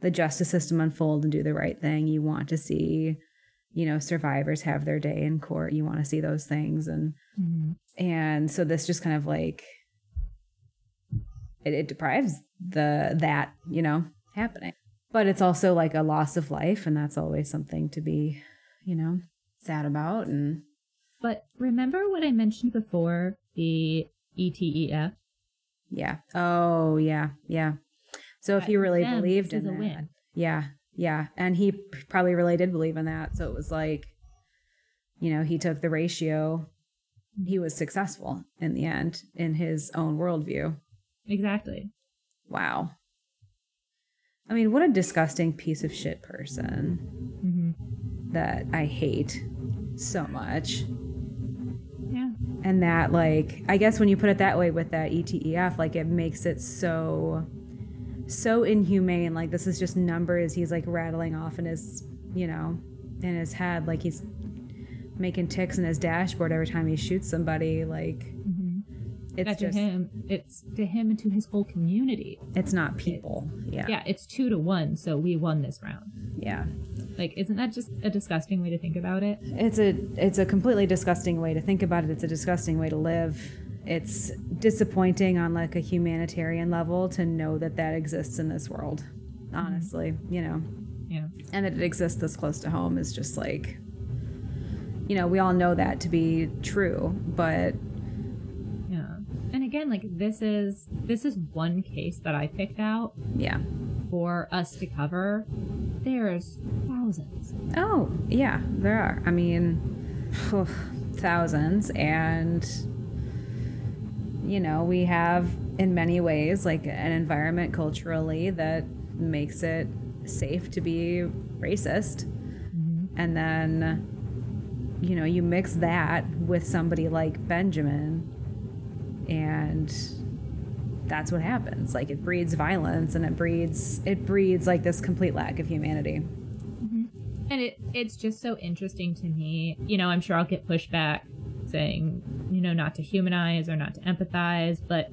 Speaker 3: the justice system unfold and do the right thing. You want to see, you know, survivors have their day in court. You want to see those things and
Speaker 2: Mhm.
Speaker 3: and so this just kind of like it, it deprives the that, you know, happening. But it's also like a loss of life and that's always something to be, you know, sad about and
Speaker 2: But remember what I mentioned before the E ETEF?
Speaker 3: Yeah. Oh, yeah, yeah. So if
Speaker 2: Right.
Speaker 3: he really
Speaker 2: Them,
Speaker 3: believed
Speaker 2: this
Speaker 3: in
Speaker 2: is a
Speaker 3: that,
Speaker 2: win.
Speaker 3: yeah, yeah, and he p- probably really did believe in that. So it was like, you know, he took the ratio. He was successful in the end in his own worldview.
Speaker 2: Exactly.
Speaker 3: Wow. I mean, what a disgusting piece of shit person
Speaker 2: hmm
Speaker 3: that I hate so much.
Speaker 2: Yeah.
Speaker 3: and that like i guess when you put it that way with that E etef like it makes it so so inhumane like this is just numbers he's like rattling off in his you know in his head like he's making ticks in his dashboard every time he shoots somebody like
Speaker 2: hmm
Speaker 3: it's
Speaker 2: Not to
Speaker 3: just
Speaker 2: him. It's to him and to his whole community.
Speaker 3: it's not people yeah yeah,
Speaker 2: Yeah, it's two to one, so we won this round. Like, isn't that just a disgusting way to think about it?
Speaker 3: it's a it's a completely disgusting way to think about it it's a disgusting way to live it's disappointing on like a humanitarian level to know that that exists in this world honestly you know
Speaker 2: Yeah.
Speaker 3: and that it exists this close to home is just like you know we all know that to be true but
Speaker 2: Yeah. And again, like this is this is one case that I picked out
Speaker 3: yeah
Speaker 2: for us to cover. There's thousands.
Speaker 3: oh yeah there are i mean thousands and you know we have in many ways like an environment culturally that makes it safe to be racist and then you know you mix that with somebody like benjamin and that's what happens like it breeds violence and it breeds it breeds like this complete lack of humanity
Speaker 2: And it it's just so interesting to me. You know, I'm sure I'll get pushback saying, you know, not to humanize or not to empathize, but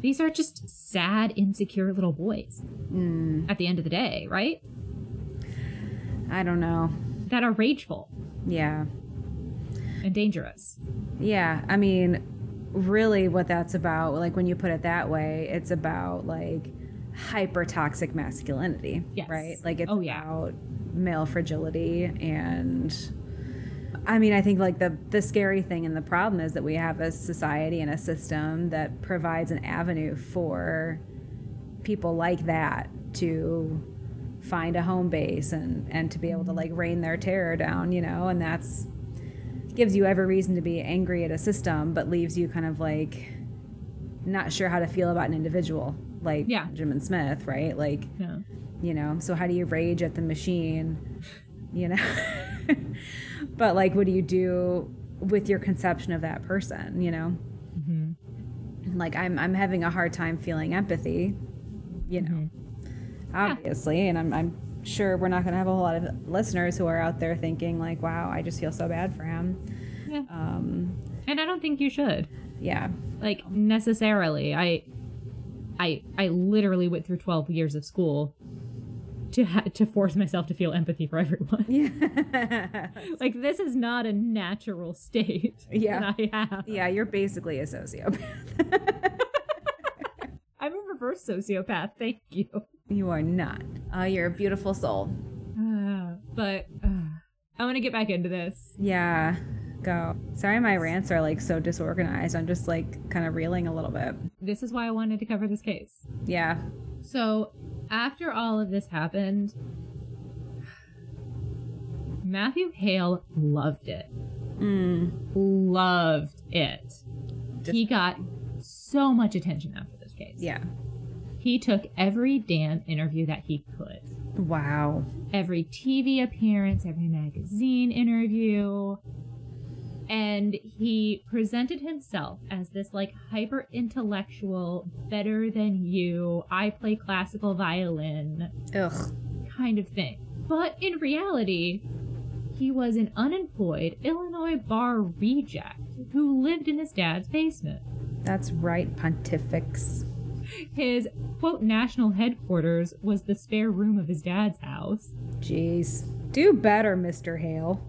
Speaker 2: these are just sad, insecure little boys
Speaker 3: Mm.
Speaker 2: at the end of the day, right?
Speaker 3: i don't know
Speaker 2: That are rageful
Speaker 3: yeah
Speaker 2: and dangerous.
Speaker 3: yeah i mean really what that's about like when you put it that way it's about like hyper toxic masculinity
Speaker 2: Yes.
Speaker 3: right like it's
Speaker 2: Oh, yeah.
Speaker 3: about male fragility and I mean, I think like the the scary thing and the problem is that we have a society and a system that provides an avenue for people like that to find a home base and and to be able to like rain their terror down, you know, and that's gives you every reason to be angry at a system but leaves you kind of like not sure how to feel about an individual like
Speaker 2: Yeah.
Speaker 3: Benjamin Smith, right? Like
Speaker 2: Yeah.
Speaker 3: you know so how do you rage at the machine you know <laughs> but like what do you do with your conception of that person you know
Speaker 2: hmm
Speaker 3: like i'm i'm having a hard time feeling empathy you know Mm-hmm. obviously and i'm i'm sure we're not going to have a whole lot of listeners who are out there thinking like wow i just feel so bad for him
Speaker 2: Yeah.
Speaker 3: Um,
Speaker 2: And I don't think you should.
Speaker 3: yeah. <laughs>
Speaker 2: Like necessarily. I I I literally went through 12 years of school to ha- to force myself to feel empathy for everyone. <laughs>
Speaker 3: Yeah.
Speaker 2: Like this is not a natural state.
Speaker 3: Yeah.
Speaker 2: That I have.
Speaker 3: yeah, you're basically a sociopath. <laughs>
Speaker 2: I'm a reverse sociopath. Thank you.
Speaker 3: you are not. Uh, you're a beautiful soul.
Speaker 2: Uh, but uh, I want to get back into this.
Speaker 3: Yeah. Go. Sorry, my rants are like so disorganized. I'm just like kind of reeling a little bit.
Speaker 2: This is why I wanted to cover this case.
Speaker 3: Yeah.
Speaker 2: So, after all of this happened, Matthew Hale loved it. Hmm.
Speaker 3: Mm.
Speaker 2: Loved it. He got so much attention after this case.
Speaker 3: Yeah.
Speaker 2: He took every damn interview that he could.
Speaker 3: Wow.
Speaker 2: every TV appearance, every magazine interview. And he presented himself as this like hyper intellectual, better than you, I play classical violin
Speaker 3: Ugh.
Speaker 2: kind of thing. But in reality, he was an unemployed Illinois bar reject who lived in his dad's basement.
Speaker 3: That's right, Pontifex.
Speaker 2: His quote national headquarters was the spare room of his dad's house.
Speaker 3: Jeez. Do better, Mr. <laughs> Hale.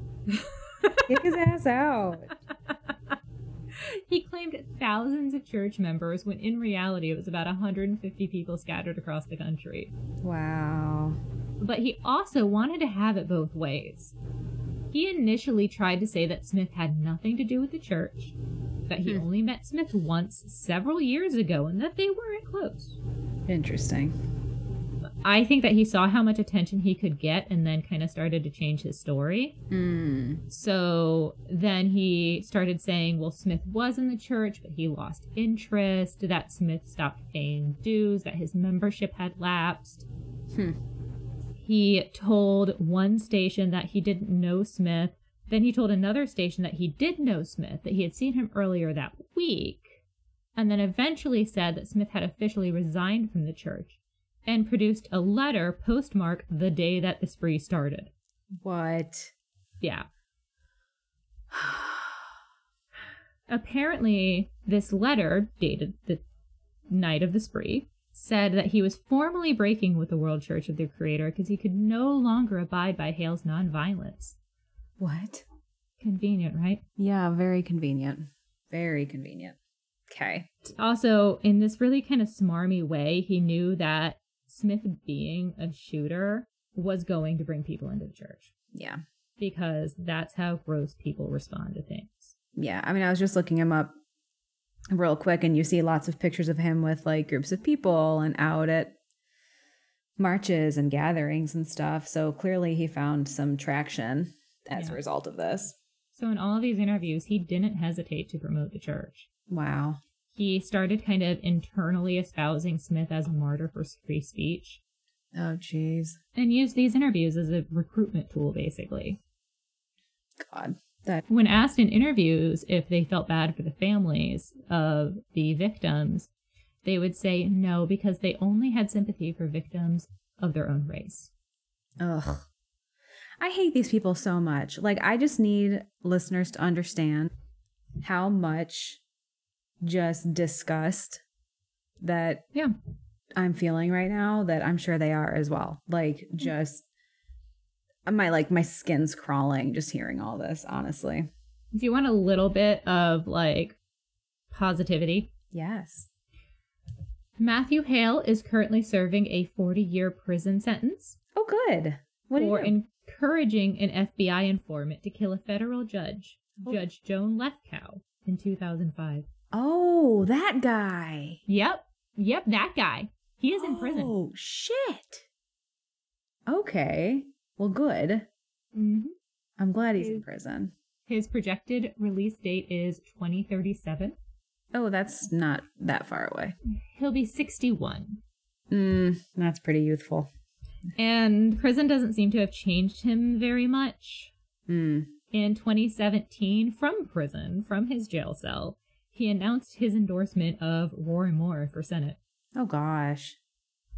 Speaker 3: Get his ass out.
Speaker 2: He claimed thousands of church members when in reality it was about 150 people scattered across the country.
Speaker 3: Wow.
Speaker 2: But he also wanted to have it both ways. He initially tried to say that Smith had nothing to do with the church, that he
Speaker 1: Hmm.
Speaker 2: only met Smith once several years ago, and that they weren't close.
Speaker 3: Interesting.
Speaker 2: I think that he saw how much attention he could get and then kind of started to change his story.
Speaker 3: Mm.
Speaker 2: So then he started saying, well, Smith was in the church, but he lost interest, that Smith stopped paying dues, that his membership had lapsed.
Speaker 3: Hmm.
Speaker 2: He told one station that he didn't know Smith. Then he told another station that he did know Smith, that he had seen him earlier that week. And then eventually said that Smith had officially resigned from the church and produced a letter postmarked the day that the spree started.
Speaker 3: What?
Speaker 2: Yeah. Apparently, this letter, dated the night of the spree, said that he was formally breaking with the World Church of the Creator because he could no longer abide by Hale's nonviolence.
Speaker 3: What?
Speaker 2: Convenient, right?
Speaker 3: Yeah, very convenient. Very convenient. Okay.
Speaker 2: Also, in this really kind of smarmy way, he knew that Smith being a shooter was going to bring people into the church
Speaker 3: Yeah.
Speaker 2: because that's how gross people respond to things.
Speaker 3: Yeah. I mean, I was just looking him up real quick, and you see lots of pictures of him with like groups of people and out at marches and gatherings and stuff. So clearly he found some traction as a
Speaker 2: Yeah.
Speaker 3: result of this.
Speaker 2: So in all of these interviews, he didn't hesitate to promote the church.
Speaker 3: Wow.
Speaker 2: He started kind of internally espousing Smith as a martyr for free speech
Speaker 3: Oh, jeez.
Speaker 2: and used these interviews as a recruitment tool, basically.
Speaker 3: God. That.
Speaker 2: When asked in interviews if they felt bad for the families of the victims, they would say no because they only had sympathy for victims of their own race.
Speaker 3: Ugh. I hate these people so much. Like, I just need listeners to understand how much just disgust that
Speaker 2: Yeah.
Speaker 3: I'm feeling right now that I'm sure they are as well.
Speaker 2: Mm.
Speaker 3: Like, just my like my skin's crawling just hearing all this honestly
Speaker 2: If you want a little bit of like positivity,
Speaker 3: yes
Speaker 2: Matthew Hale is currently serving a 40 year prison sentence
Speaker 3: oh good what
Speaker 2: for
Speaker 3: are you
Speaker 2: encouraging an FBI informant to kill a federal judge,
Speaker 3: Oh.
Speaker 2: Judge Joan Lefkow, in 2005.
Speaker 3: oh that guy
Speaker 2: Yep. Yep, that guy. He is in prison.
Speaker 3: Oh shit. Okay. Well, good.
Speaker 2: hmm
Speaker 3: I'm glad he's in
Speaker 2: Is-
Speaker 3: prison.
Speaker 2: His projected release date is 2037.
Speaker 3: Oh, that's not that far away.
Speaker 2: He'll be 61.
Speaker 3: Mm, that's pretty youthful.
Speaker 2: And prison doesn't seem to have changed him very much.
Speaker 3: Mm.
Speaker 2: In 2017, from prison, from his jail cell, he announced his endorsement of Roy Moore for Senate.
Speaker 3: Oh gosh.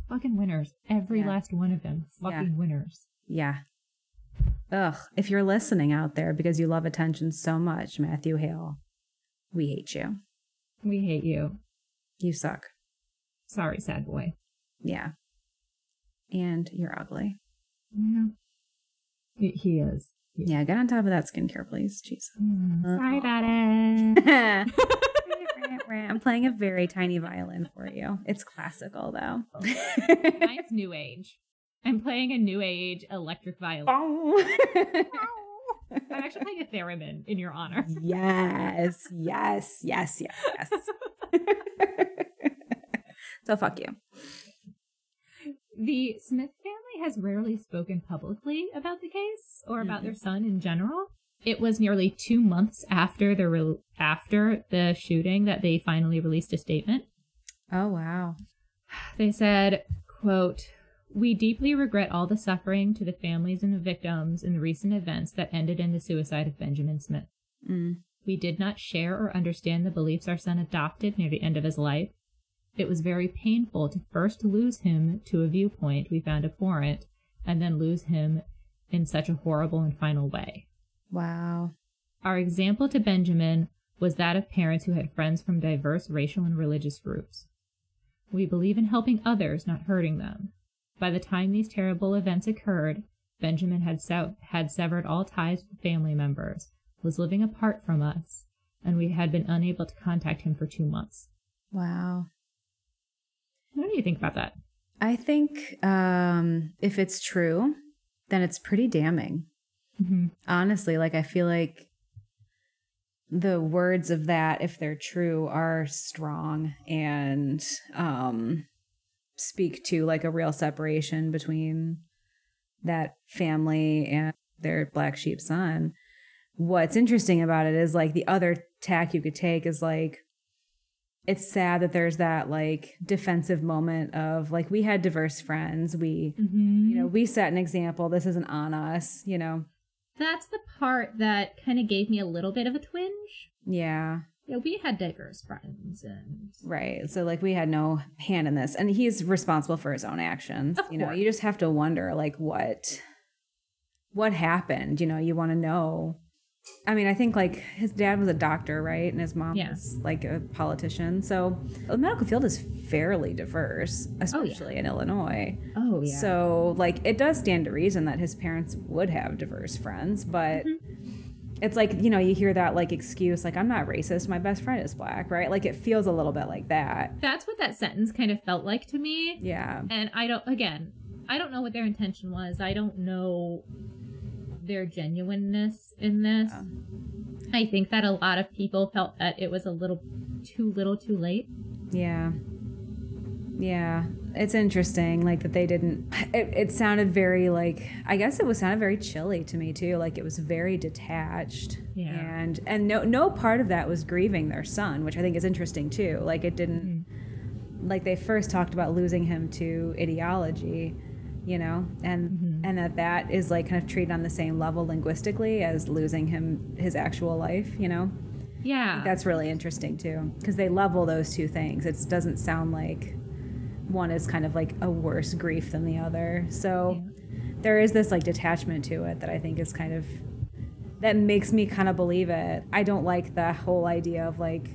Speaker 2: Fucking winners. Every
Speaker 3: Yeah.
Speaker 2: last one of them. Fucking winners.
Speaker 3: Yeah. Ugh, if you're listening out there because you love attention so much, Matthew Hale, we hate you.
Speaker 2: We hate you.
Speaker 3: You suck.
Speaker 2: Sorry, sad boy.
Speaker 3: Yeah. And you're ugly.
Speaker 2: Yeah. He- He is.
Speaker 3: Yeah, get on top of that skincare, please. Jesus. <laughs>
Speaker 2: Yeah. Sorry about it. <laughs>
Speaker 3: I'm playing a very tiny violin for you. It's classical, though. <laughs>
Speaker 2: Mine's new age. I'm playing a new age electric violin. I'm actually playing a theremin in your honor.
Speaker 3: yes, yes, yes, yes, yes. <laughs> so fuck you.
Speaker 2: The Smith family has rarely spoken publicly about the case or about their son in general. It was nearly two months after the re- after the shooting that they finally released a statement.
Speaker 3: Oh wow.
Speaker 2: They said, quote, We deeply regret all the suffering to the families and the victims in the recent events that ended in the suicide of Benjamin Smith.
Speaker 3: Mm.
Speaker 2: We did not share or understand the beliefs our son adopted near the end of his life. It was very painful to first lose him to a viewpoint we found abhorrent and then lose him in such a horrible and final way.
Speaker 3: Wow.
Speaker 2: Our example to Benjamin was that of parents who had friends from diverse racial and religious groups. We believe in helping others, not hurting them. By the time these terrible events occurred, Benjamin had, sev had severed all ties with family members, was living apart from us, and we had been unable to contact him for two months.
Speaker 3: Wow.
Speaker 2: What do you think about that?
Speaker 3: I think um, if it's true, then it's pretty damning.
Speaker 2: Mm-hmm.
Speaker 3: honestly like i feel like the words of that if they're true are strong and um speak to like a real separation between that family and their black sheep son what's interesting about it is like the other tack you could take is like it's sad that there's that like defensive moment of like we had diverse friends we
Speaker 2: Mm-hmm.
Speaker 3: you know we set an example this isn't on us you know
Speaker 2: That's the part that kind of gave me a little bit of a twinge.
Speaker 3: yeah
Speaker 2: You know, we had diverse friends, and
Speaker 3: Right. So like we had no hand in this and he's responsible for his own actions.
Speaker 2: Of
Speaker 3: you know,
Speaker 2: course.
Speaker 3: you just have to wonder like what what happened, you know, you want to know. I mean, I think like his dad was a doctor, right? And his mom
Speaker 2: Yeah.
Speaker 3: was like a politician. So the medical field is fairly diverse, especially in Illinois.
Speaker 2: oh yeah,
Speaker 3: So, like, it does stand to reason that his parents would have diverse friends, but it's like, you know, you hear that, like, excuse, like, I'm not racist, my best friend is black, right? Like, it feels a little bit like that.
Speaker 2: that's what that sentence kind of felt like to me.
Speaker 3: Yeah.
Speaker 2: And I don't, again, I don't know what their intention was. I don't know their genuineness in this. I think that a lot of people felt that it was a little too little too late.
Speaker 3: Yeah. Yeah. It's interesting, like, that they didn't. It, it sounded very, like, I guess it was sounded very chilly to me, too. Like, it was very detached.
Speaker 2: Yeah.
Speaker 3: And, and no, no part of that was grieving their son, which I think is interesting, too. Like, it didn't. like they first talked about losing him to ideology you know and and that that is like kind of treated on the same level linguistically as losing him his actual life you know
Speaker 2: Yeah.
Speaker 3: that's really interesting too because they level those two things it doesn't sound like one is kind of like a worse grief than the other so there is this like detachment to it that i think is kind of that makes me kind of believe it i don't like the whole idea of like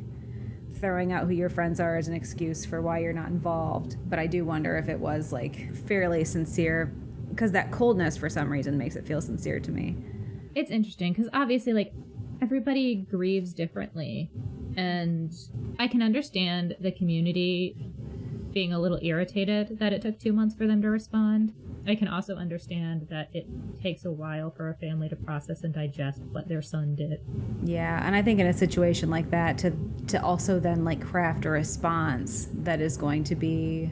Speaker 3: throwing out who your friends are as an excuse for why you're not involved but i do wonder if it was like fairly sincere because that coldness for some reason makes it feel sincere to me
Speaker 2: it's interesting because obviously like everybody grieves differently and i can understand the community being a little irritated that it took two months for them to respond i can also understand that it takes a while for a family to process and digest what their son did
Speaker 3: Yeah, and I think in a situation like that to to also then like craft a response that is going to be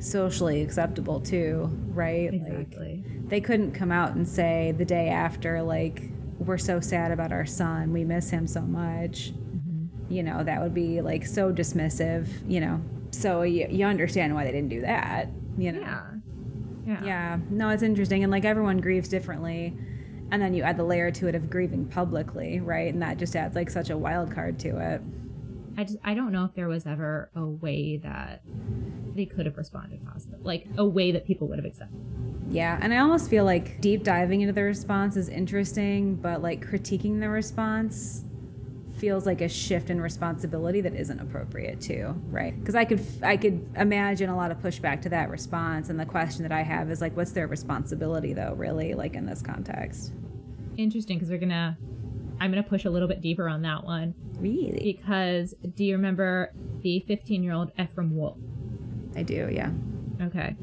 Speaker 3: socially acceptable too, right?
Speaker 2: exactly
Speaker 3: Like they couldn't come out and say the day after like we're so sad about our son, we miss him so much.
Speaker 2: Mm-hmm.
Speaker 3: You know, that would be like so dismissive, you know. So you, you understand why they didn't do that, you know.
Speaker 2: yeah yeah
Speaker 3: Yeah, no, it's interesting. And like everyone grieves differently. And then you add the layer to it of grieving publicly, right? And that just adds like such a wild card to it.
Speaker 2: i just i don't know if there was ever a way that they could have responded positive like a way that people would have accepted
Speaker 3: Yeah, and I almost feel like deep diving into the response is interesting, but like critiquing the response feels like a shift in responsibility that isn't appropriate too, right? Because I could I could imagine a lot of pushback to that response, and the question that I have is like, what's their responsibility though, really, like in this context?
Speaker 2: Interesting, because we're gonna. I'm gonna push a little bit deeper on that one
Speaker 3: Really,
Speaker 2: because do you remember the 15 year old Ephraim Wolf?
Speaker 3: I do. Yeah.
Speaker 2: Okay.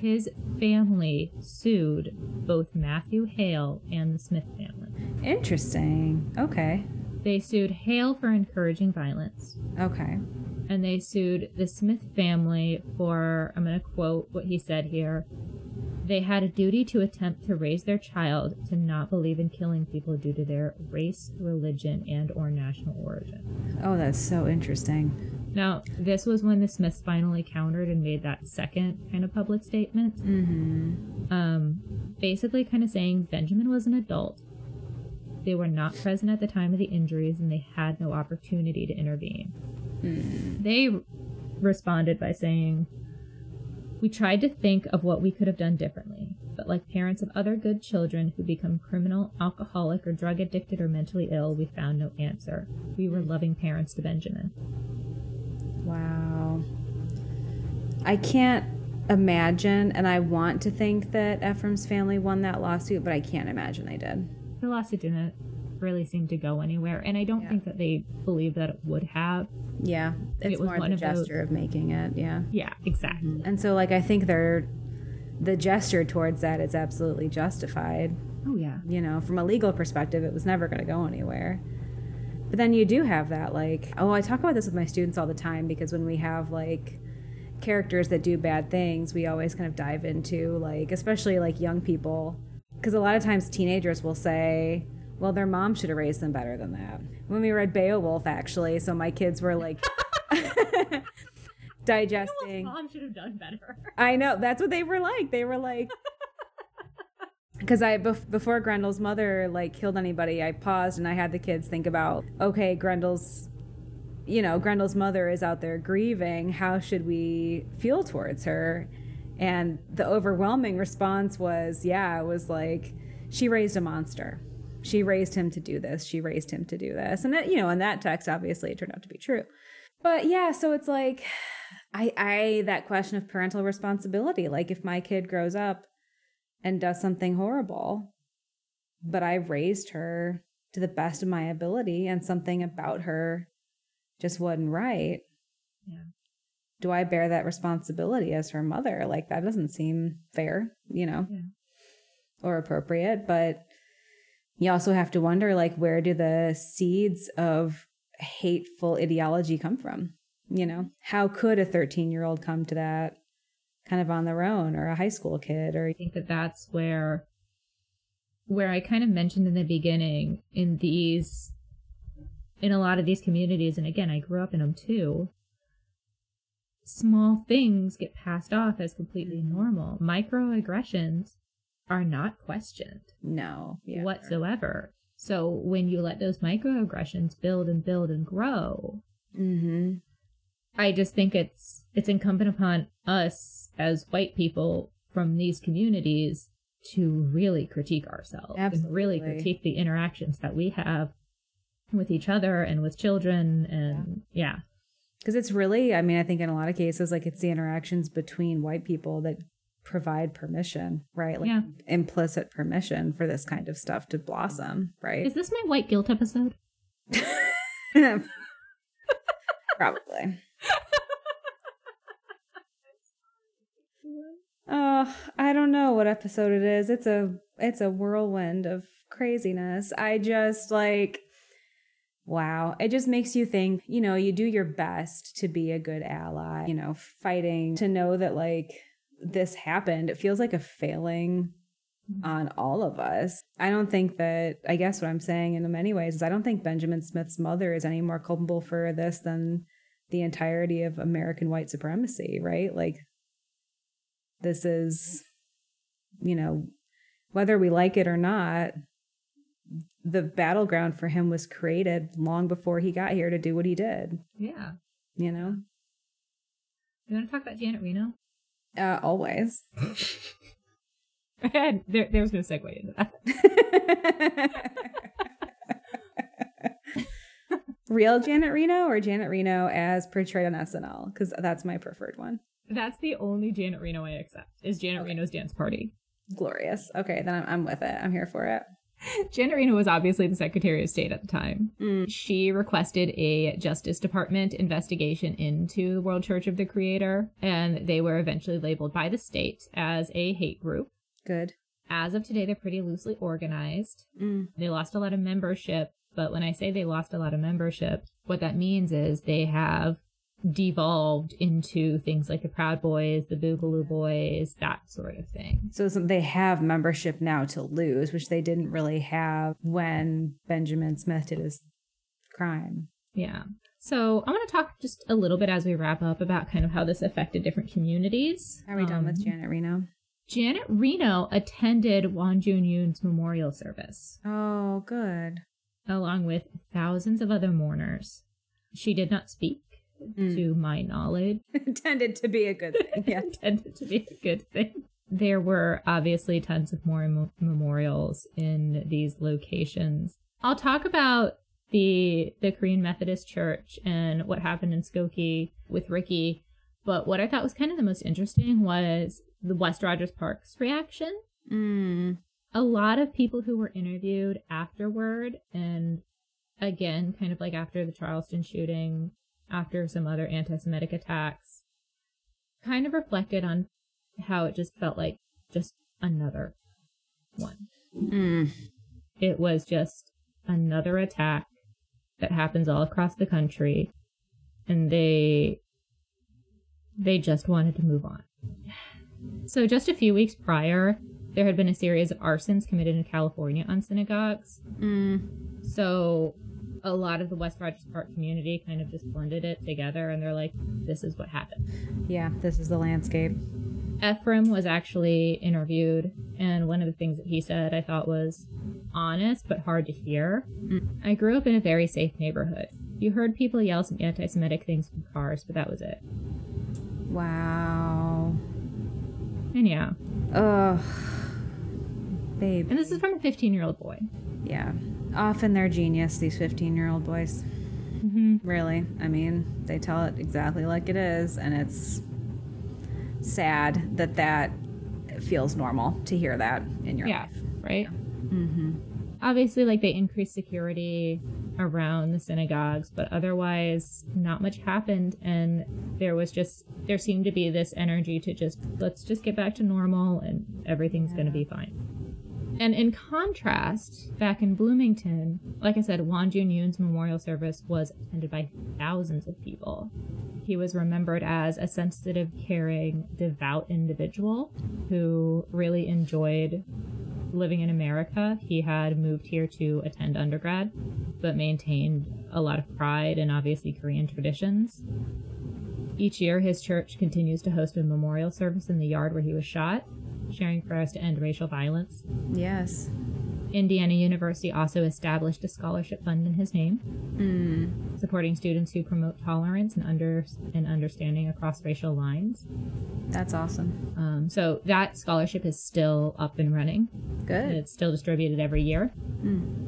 Speaker 2: His family sued both Matthew Hale and the Smith family.
Speaker 3: Interesting. Okay.
Speaker 2: They sued Hale for encouraging violence,
Speaker 3: Okay.
Speaker 2: and they sued the Smith family for, I'm going to quote what he said here. They had a duty to attempt to raise their child to not believe in killing people due to their race, religion, and or national origin.
Speaker 3: Oh, that's so interesting.
Speaker 2: Now, this was when the Smiths finally countered and made that second kind of public statement.
Speaker 3: Mm-hmm.
Speaker 2: um, basically kind of saying Benjamin was an adult. They were not present at the time of the injuries and they had no opportunity to intervene. They r- responded by saying, We tried to think of what we could have done differently, but like parents of other good children who become criminal, alcoholic, or drug addicted or mentally ill, we found no answer. We were loving parents to Benjamin.
Speaker 3: Wow. I can't imagine, and I want to think that Ephraim's family won that lawsuit, but I can't imagine they did.
Speaker 2: The lawsuit didn't really seem to go anywhere, and I don't
Speaker 3: Yeah.
Speaker 2: think that they believed that it would have.
Speaker 3: Yeah,
Speaker 2: It
Speaker 3: it's
Speaker 2: was
Speaker 3: more
Speaker 2: one
Speaker 3: the
Speaker 2: of those-
Speaker 3: gesture of making it. Yeah,
Speaker 2: Yeah, exactly.
Speaker 3: and so like I think they're the gesture towards that is absolutely justified.
Speaker 2: Oh, yeah.
Speaker 3: You know, from a legal perspective, it was never going to go anywhere. But then you do have that like oh, I talk about this with my students all the time because when we have like characters that do bad things, we always kind of dive into like especially like young people because a lot of times teenagers will say well their mom should have raised them better than that when we read beowulf actually so my kids were like <laughs> digesting
Speaker 2: Mom should have done better.
Speaker 3: I know. That's what they were like. They were like. Because I bef- before Grendel's mother like killed anybody, I paused and I had the kids think about okay, Grendel's, you know, Grendel's mother is out there grieving. How should we feel towards her? And the overwhelming response was, yeah, it was like she raised a monster. She raised him to do this. She raised him to do this. And that, you know, in that text, obviously, it turned out to be true. But yeah, so it's like I, I that question of parental responsibility. Like if my kid grows up and does something horrible, but I raised her to the best of my ability and something about her just wasn't right.
Speaker 2: Yeah.
Speaker 3: Do I bear that responsibility as her mother? Like that doesn't seem fair, you know,
Speaker 2: Yeah.
Speaker 3: or appropriate. But you also have to wonder like where do the seeds of hateful ideology come from? you know how could a 13 year old come to that kind of on their own or a high school kid or
Speaker 2: I think that that's where where I kind of mentioned in the beginning in these in a lot of these communities and again I grew up in them too. Small things get passed off as completely normal. Microaggressions are not questioned.
Speaker 3: no
Speaker 2: whatsoever. So when you let those microaggressions build and build and grow,
Speaker 3: mm-hmm.
Speaker 2: I just think it's it's incumbent upon us as white people from these communities to really critique ourselves and really
Speaker 3: Absolutely.
Speaker 2: critique the interactions that we have with each other and with children and yeah.
Speaker 3: because it's really i mean i think in a lot of cases like it's the interactions between white people that provide permission right like
Speaker 2: Yeah.
Speaker 3: implicit permission for this kind of stuff to blossom right
Speaker 2: Is this my white guilt episode?
Speaker 3: <laughs> probably Oh, I don't know what episode it is. It's a it's a whirlwind of craziness. I just like wow. It just makes you think, you know, you do your best to be a good ally, you know, fighting to know that like this happened. It feels like a failing on all of us. I don't think that I guess what I'm saying in many ways is I don't think Benjamin Smith's mother is any more culpable for this than the entirety of American white supremacy, right? Like this is you know whether we like it or not the battleground for him was created long before he got here to do what he did
Speaker 2: Yeah.
Speaker 3: you know
Speaker 2: <laughs> You want to talk about Janet Reno?
Speaker 3: uh, always
Speaker 2: And there, there's no segue into that.
Speaker 3: <laughs> Real Janet Reno or Janet Reno as portrayed on SNL? Because that's my preferred one.
Speaker 2: That's the only Janet Reno I accept is Janet
Speaker 3: Okay.
Speaker 2: Reno's dance party.
Speaker 3: Glorious. Okay, then I'm, I'm with it. I'm here for it.
Speaker 2: Janet Reno was obviously the Secretary of State at the time.
Speaker 3: Mm.
Speaker 2: She requested a Justice Department investigation into the World Church of the Creator, and they were eventually labeled by the state as a hate group.
Speaker 3: Good.
Speaker 2: As of today, they're pretty loosely organized.
Speaker 3: Mm.
Speaker 2: They lost a lot of membership, but when I say they lost a lot of membership, what that means is they have devolved into things like the Proud Boys, the Boogaloo Boys, that sort of thing.
Speaker 3: So some, they have membership now to lose, which they didn't really have when Benjamin Smith did his crime.
Speaker 2: Yeah. So I want to talk just a little bit as we wrap up about kind of how this affected different communities.
Speaker 3: Are we done with
Speaker 2: Um,
Speaker 3: Janet Reno?
Speaker 2: Janet Reno attended Wan Jun Yoon's memorial service
Speaker 3: Oh, <laughs> good.
Speaker 2: along with thousands of other mourners. She did not speak,
Speaker 3: Mm.
Speaker 2: to my knowledge.
Speaker 3: Intended to be a good thing. <laughs>
Speaker 2: <laughs>
Speaker 3: Yeah.
Speaker 2: intended to be a good thing. There were obviously tons of more mem- memorials in these locations. I'll talk about the the Korean Methodist Church and what happened in Skokie with Ricky, but what I thought was kind of the most interesting was the West Rogers Park's reaction.
Speaker 3: Mm.
Speaker 2: A lot of people who were interviewed afterward and again kind of like after the Charleston shooting, after some other anti-Semitic attacks, kind of reflected on how it just felt like just another one.
Speaker 3: Mm.
Speaker 2: It was just another attack that happens all across the country and they they just wanted to move on. So just a few weeks prior, there had been a series of arsons committed in California on synagogues.
Speaker 3: Mm.
Speaker 2: So a lot of the West Rogers Park community kind of just blended it together and they're like, this is what happened.
Speaker 3: Yeah, this is the landscape.
Speaker 2: Ephraim was actually interviewed, and one of the things that he said I thought was honest but hard to hear. I grew up in a very safe neighborhood. You heard people yell some anti Semitic things from cars, but that was it.
Speaker 3: Wow.
Speaker 2: And yeah.
Speaker 3: Ugh. Babe.
Speaker 2: And this is from a 15 year old boy.
Speaker 3: Yeah. Often they're genius, these 15 year old boys.
Speaker 2: Mm-hmm.
Speaker 3: Really. I mean, they tell it exactly like it is, and it's sad that that feels normal to hear that in your
Speaker 2: Yeah,
Speaker 3: life.
Speaker 2: right?
Speaker 3: Mm-hmm.
Speaker 2: Obviously, like they increased security around the synagogues, but otherwise, not much happened. And there was just, there seemed to be this energy to just, let's just get back to normal and everything's going to be fine. And in contrast, back in Bloomington, like I said, Wan Jun Yoon's memorial service was attended by thousands of people. He was remembered as a sensitive, caring, devout individual who really enjoyed living in America. He had moved here to attend undergrad, but maintained a lot of pride in obviously Korean traditions. Each year, his church continues to host a memorial service in the yard where he was shot, sharing prayers to end racial violence.
Speaker 3: Yes.
Speaker 2: Indiana University also established a scholarship fund in his name,
Speaker 3: Mm.
Speaker 2: supporting students who promote tolerance and under and understanding across racial lines.
Speaker 3: That's awesome.
Speaker 2: Um, so that scholarship is still up and running. and
Speaker 3: Good.
Speaker 2: It's still distributed every year.
Speaker 3: Mm.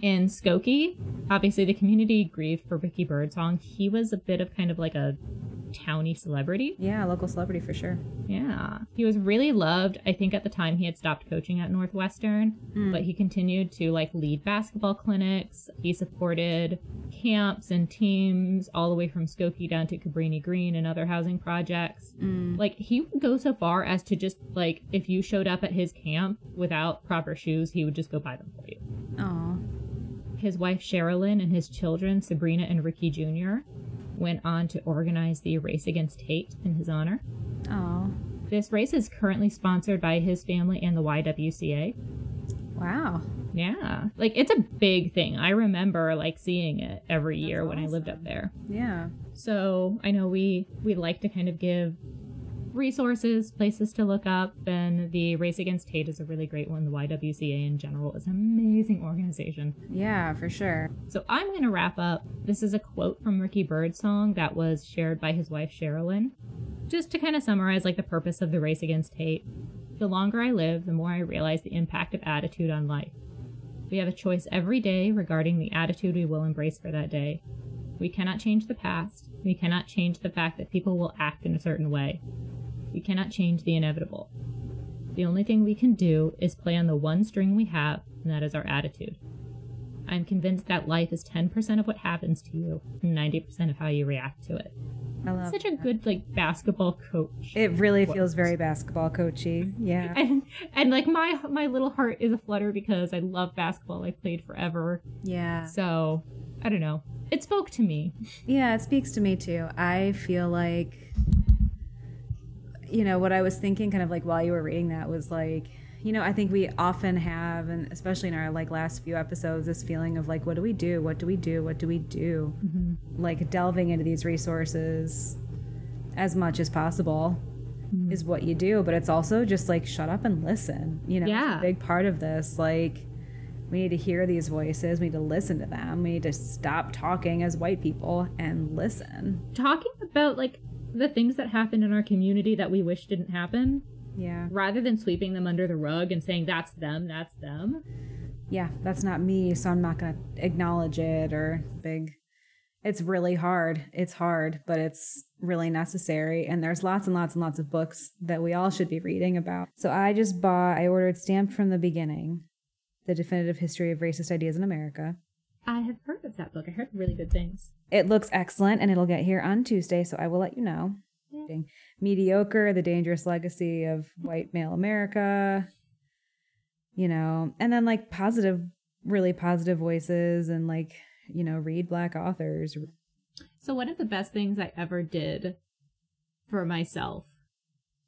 Speaker 2: In Skokie, obviously the community grieved for Ricky Birdsong. He was a bit of kind of like a towny celebrity.
Speaker 3: Yeah, local celebrity for sure.
Speaker 2: Yeah. He was really loved. I think at the time he had stopped coaching at Northwestern,
Speaker 3: Mm.
Speaker 2: but he continued to like lead basketball clinics. He supported camps and teams all the way from Skokie down to Cabrini Green and other housing projects.
Speaker 3: Mm.
Speaker 2: Like he would go so far as to just like if you showed up at his camp without proper shoes, he would just go buy them for you.
Speaker 3: Aw.
Speaker 2: His wife Sherilyn and his children, Sabrina and Ricky Jr., went on to organize the race against hate in his honor.
Speaker 3: Aw.
Speaker 2: This race is currently sponsored by his family and the YWCA.
Speaker 3: Wow.
Speaker 2: Yeah. Like it's a big thing. I remember like seeing it every
Speaker 3: That's
Speaker 2: year when I lived up
Speaker 3: awesome.
Speaker 2: there.
Speaker 3: Yeah.
Speaker 2: So I know we we like to kind of give resources, places to look up, and the Race Against Hate is a really great one. The YWCA in general is an amazing organization.
Speaker 3: Yeah, for sure.
Speaker 2: So I'm going to wrap up. This is a quote from Ricky Birdsong that was shared by his wife Sherilyn. Just to kind of summarize, like the purpose of the race against hate, The longer I live, the more I realize the impact of attitude on life. We have a choice every day regarding the attitude we will embrace for that day. We cannot change the past. We cannot change the fact that people will act in a certain way. We cannot change the inevitable. The only thing we can do is play on the one string we have, and that is our attitude. I am convinced that life is 10% of what happens to you and 90% of how you react to it.
Speaker 3: I love
Speaker 2: Such a good, like, basketball coach.
Speaker 3: It really feels very basketball coachy. Yeah.
Speaker 2: and, and like my my little heart is aflutter because I love basketball. I played forever.
Speaker 3: Yeah.
Speaker 2: So, I don't know. It spoke to me.
Speaker 3: Yeah, it speaks to me too. I feel like you know, what I was thinking kind of like while you were reading that was like, you know, I think we often have and especially in our like last few episodes this feeling of like what do we do? What do we do? What do we do? Like delving into these resources as much as possible is what you do, but it's also just like shut up and listen. You know, it's a
Speaker 2: Yeah.
Speaker 3: big part of this like we need to hear these voices. We need to listen to them. We need to stop talking as white people and listen.
Speaker 2: Talking about like the things that happened in our community that we wish didn't happen,
Speaker 3: Yeah.
Speaker 2: rather than sweeping them under the rug and saying that's them, that's them.
Speaker 3: Yeah, that's not me, so I'm not going to acknowledge it or big. It's really hard. It's hard, but it's really necessary. And there's lots and lots and lots of books that we all should be reading about. So I just bought, I ordered Stamped from the Beginning, The Definitive History of Racist Ideas in America.
Speaker 2: I have heard of that book. I heard really good things.
Speaker 3: It looks excellent and it'll get here on Tuesday, so I will let you know. Mediocre, The Dangerous Legacy of White Male America, you know, and then like positive, really positive voices and like, you know, read black authors.
Speaker 2: So one of the best things I ever did for myself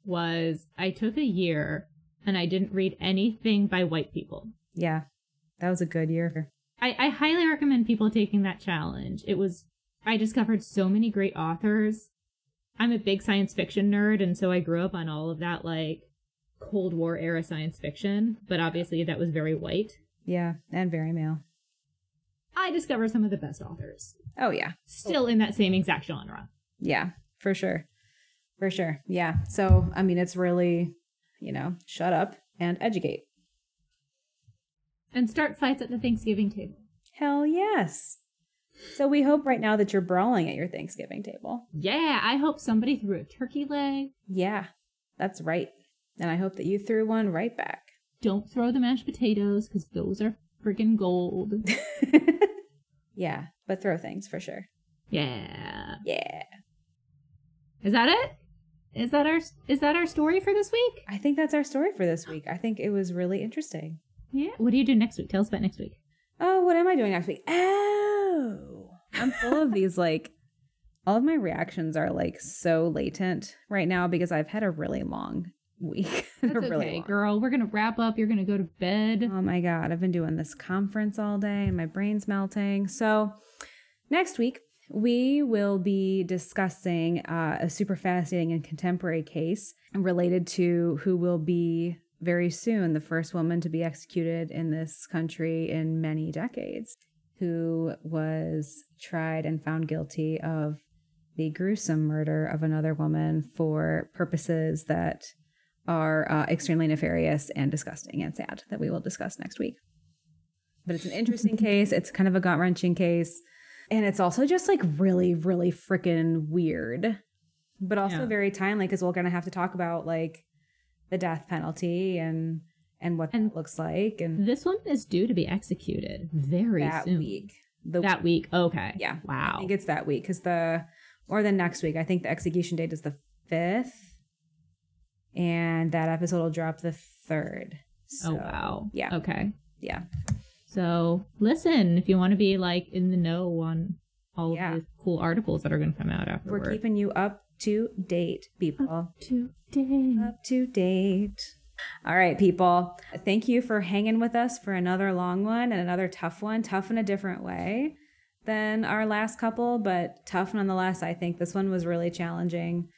Speaker 2: was I took a year and I didn't read anything by white people.
Speaker 3: Yeah, that was a good year.
Speaker 2: I, I highly recommend people taking that challenge. It was I discovered so many great authors. I'm a big science fiction nerd, and so I grew up on all of that like Cold War era science fiction, but obviously that was very white.
Speaker 3: Yeah, and very male.
Speaker 2: I discovered some of the best authors,
Speaker 3: Oh, yeah.
Speaker 2: still in that same exact genre.
Speaker 3: Yeah, for sure. For sure. Yeah. So, I mean, it's really, you know, shut up and educate.
Speaker 2: And start fights at the Thanksgiving table.
Speaker 3: Hell yes. So we hope right now that you're brawling at your Thanksgiving table.
Speaker 2: Yeah, I hope somebody threw a turkey leg.
Speaker 3: Yeah, that's right. And I hope that you threw one right back. <laughs>
Speaker 2: Don't throw the mashed potatoes because those are freaking gold.
Speaker 3: <laughs> yeah, but throw things for sure.
Speaker 2: yeah.
Speaker 3: Yeah.
Speaker 2: Is that it? Is that our is that our story for this week?
Speaker 3: I think that's our story for this week. I think it was really interesting.
Speaker 2: Yeah. What do you do next week? Tell us about next
Speaker 3: <laughs>
Speaker 2: week.
Speaker 3: Oh, what am I doing next week? Oh, I'm full of these like, all of my reactions are like so latent right now because I've had a really long week. <laughs>
Speaker 2: That's
Speaker 3: A
Speaker 2: okay,
Speaker 3: really long-
Speaker 2: girl. We're gonna wrap up. You're gonna go to bed.
Speaker 3: Oh my God, I've been doing this conference all day and my brain's melting. So, next week, we will be discussing uh, a super fascinating and contemporary case related to who will be very soon the first woman to be executed in this country in many decades, who was tried and found guilty of the gruesome murder of another woman for purposes that are uh, extremely nefarious and disgusting and sad that we will discuss next week. But it's
Speaker 2: <laughs>
Speaker 3: an interesting case. It's kind of a gut wrenching case. And it's also just like really, really freaking weird, but also
Speaker 2: Yeah.
Speaker 3: very timely because we're going to have to talk about like the death penalty and and what
Speaker 2: And
Speaker 3: that looks like and
Speaker 2: This one is due to be executed very
Speaker 3: that
Speaker 2: soon.
Speaker 3: week. The
Speaker 2: That week. Okay.
Speaker 3: Yeah. I
Speaker 2: Wow.
Speaker 3: think it's that week because the or the next week. I think the execution date is the fifth, and that episode will drop the third.
Speaker 2: Oh
Speaker 3: So,
Speaker 2: wow.
Speaker 3: yeah.
Speaker 2: Okay.
Speaker 3: yeah,
Speaker 2: So listen, if you want to be like in the know on all
Speaker 3: Yeah.
Speaker 2: of the cool articles that are going to come out
Speaker 3: we're
Speaker 2: afterward.
Speaker 3: keeping you up to date, people.
Speaker 2: Today.
Speaker 3: Up to date. All right, people. Thank you for hanging with us for another long one and another tough one, tough in a different way than our last couple, but tough nonetheless. I think this one was really challenging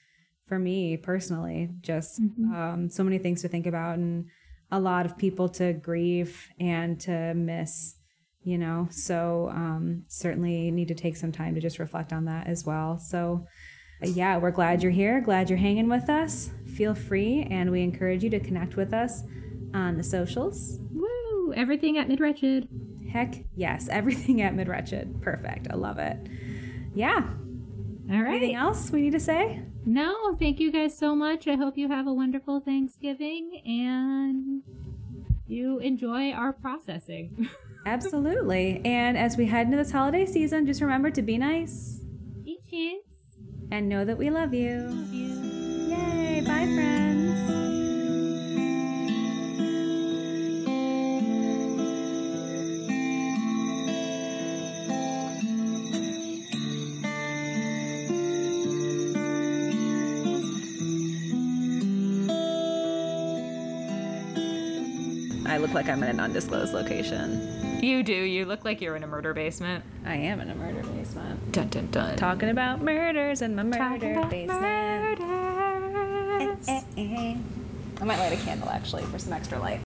Speaker 3: for me personally. Just um, so many things to think about and a lot of people to grieve and to miss, you know. So, um, certainly need to take some time to just reflect on that as well. So, yeah, we're glad you're here. Glad you're hanging with us. feel free and we encourage you to connect with us on the socials.
Speaker 2: Woo! Everything at Mid Wretched.
Speaker 3: Heck yes, <laughs> everything at Mid Wretched. Perfect. I love it. Yeah.
Speaker 2: All right.
Speaker 3: Anything else we need to say?
Speaker 2: No, thank you guys so much. I hope you have a wonderful Thanksgiving and you enjoy our processing. <laughs>
Speaker 3: Absolutely. And as we head into this holiday season, just remember to be nice
Speaker 2: Eat cheese.
Speaker 3: and know that we love you.
Speaker 2: Love you.
Speaker 3: Yay. Bye, friends. I look like I'm in an undisclosed location.
Speaker 4: You do. You look like you're in a murder basement.
Speaker 3: I am in a murder basement.
Speaker 4: Dun dun dun.
Speaker 3: Talking about murders in my murder
Speaker 4: about
Speaker 3: basement. Eh, eh, eh. I might light a candle actually for some extra light.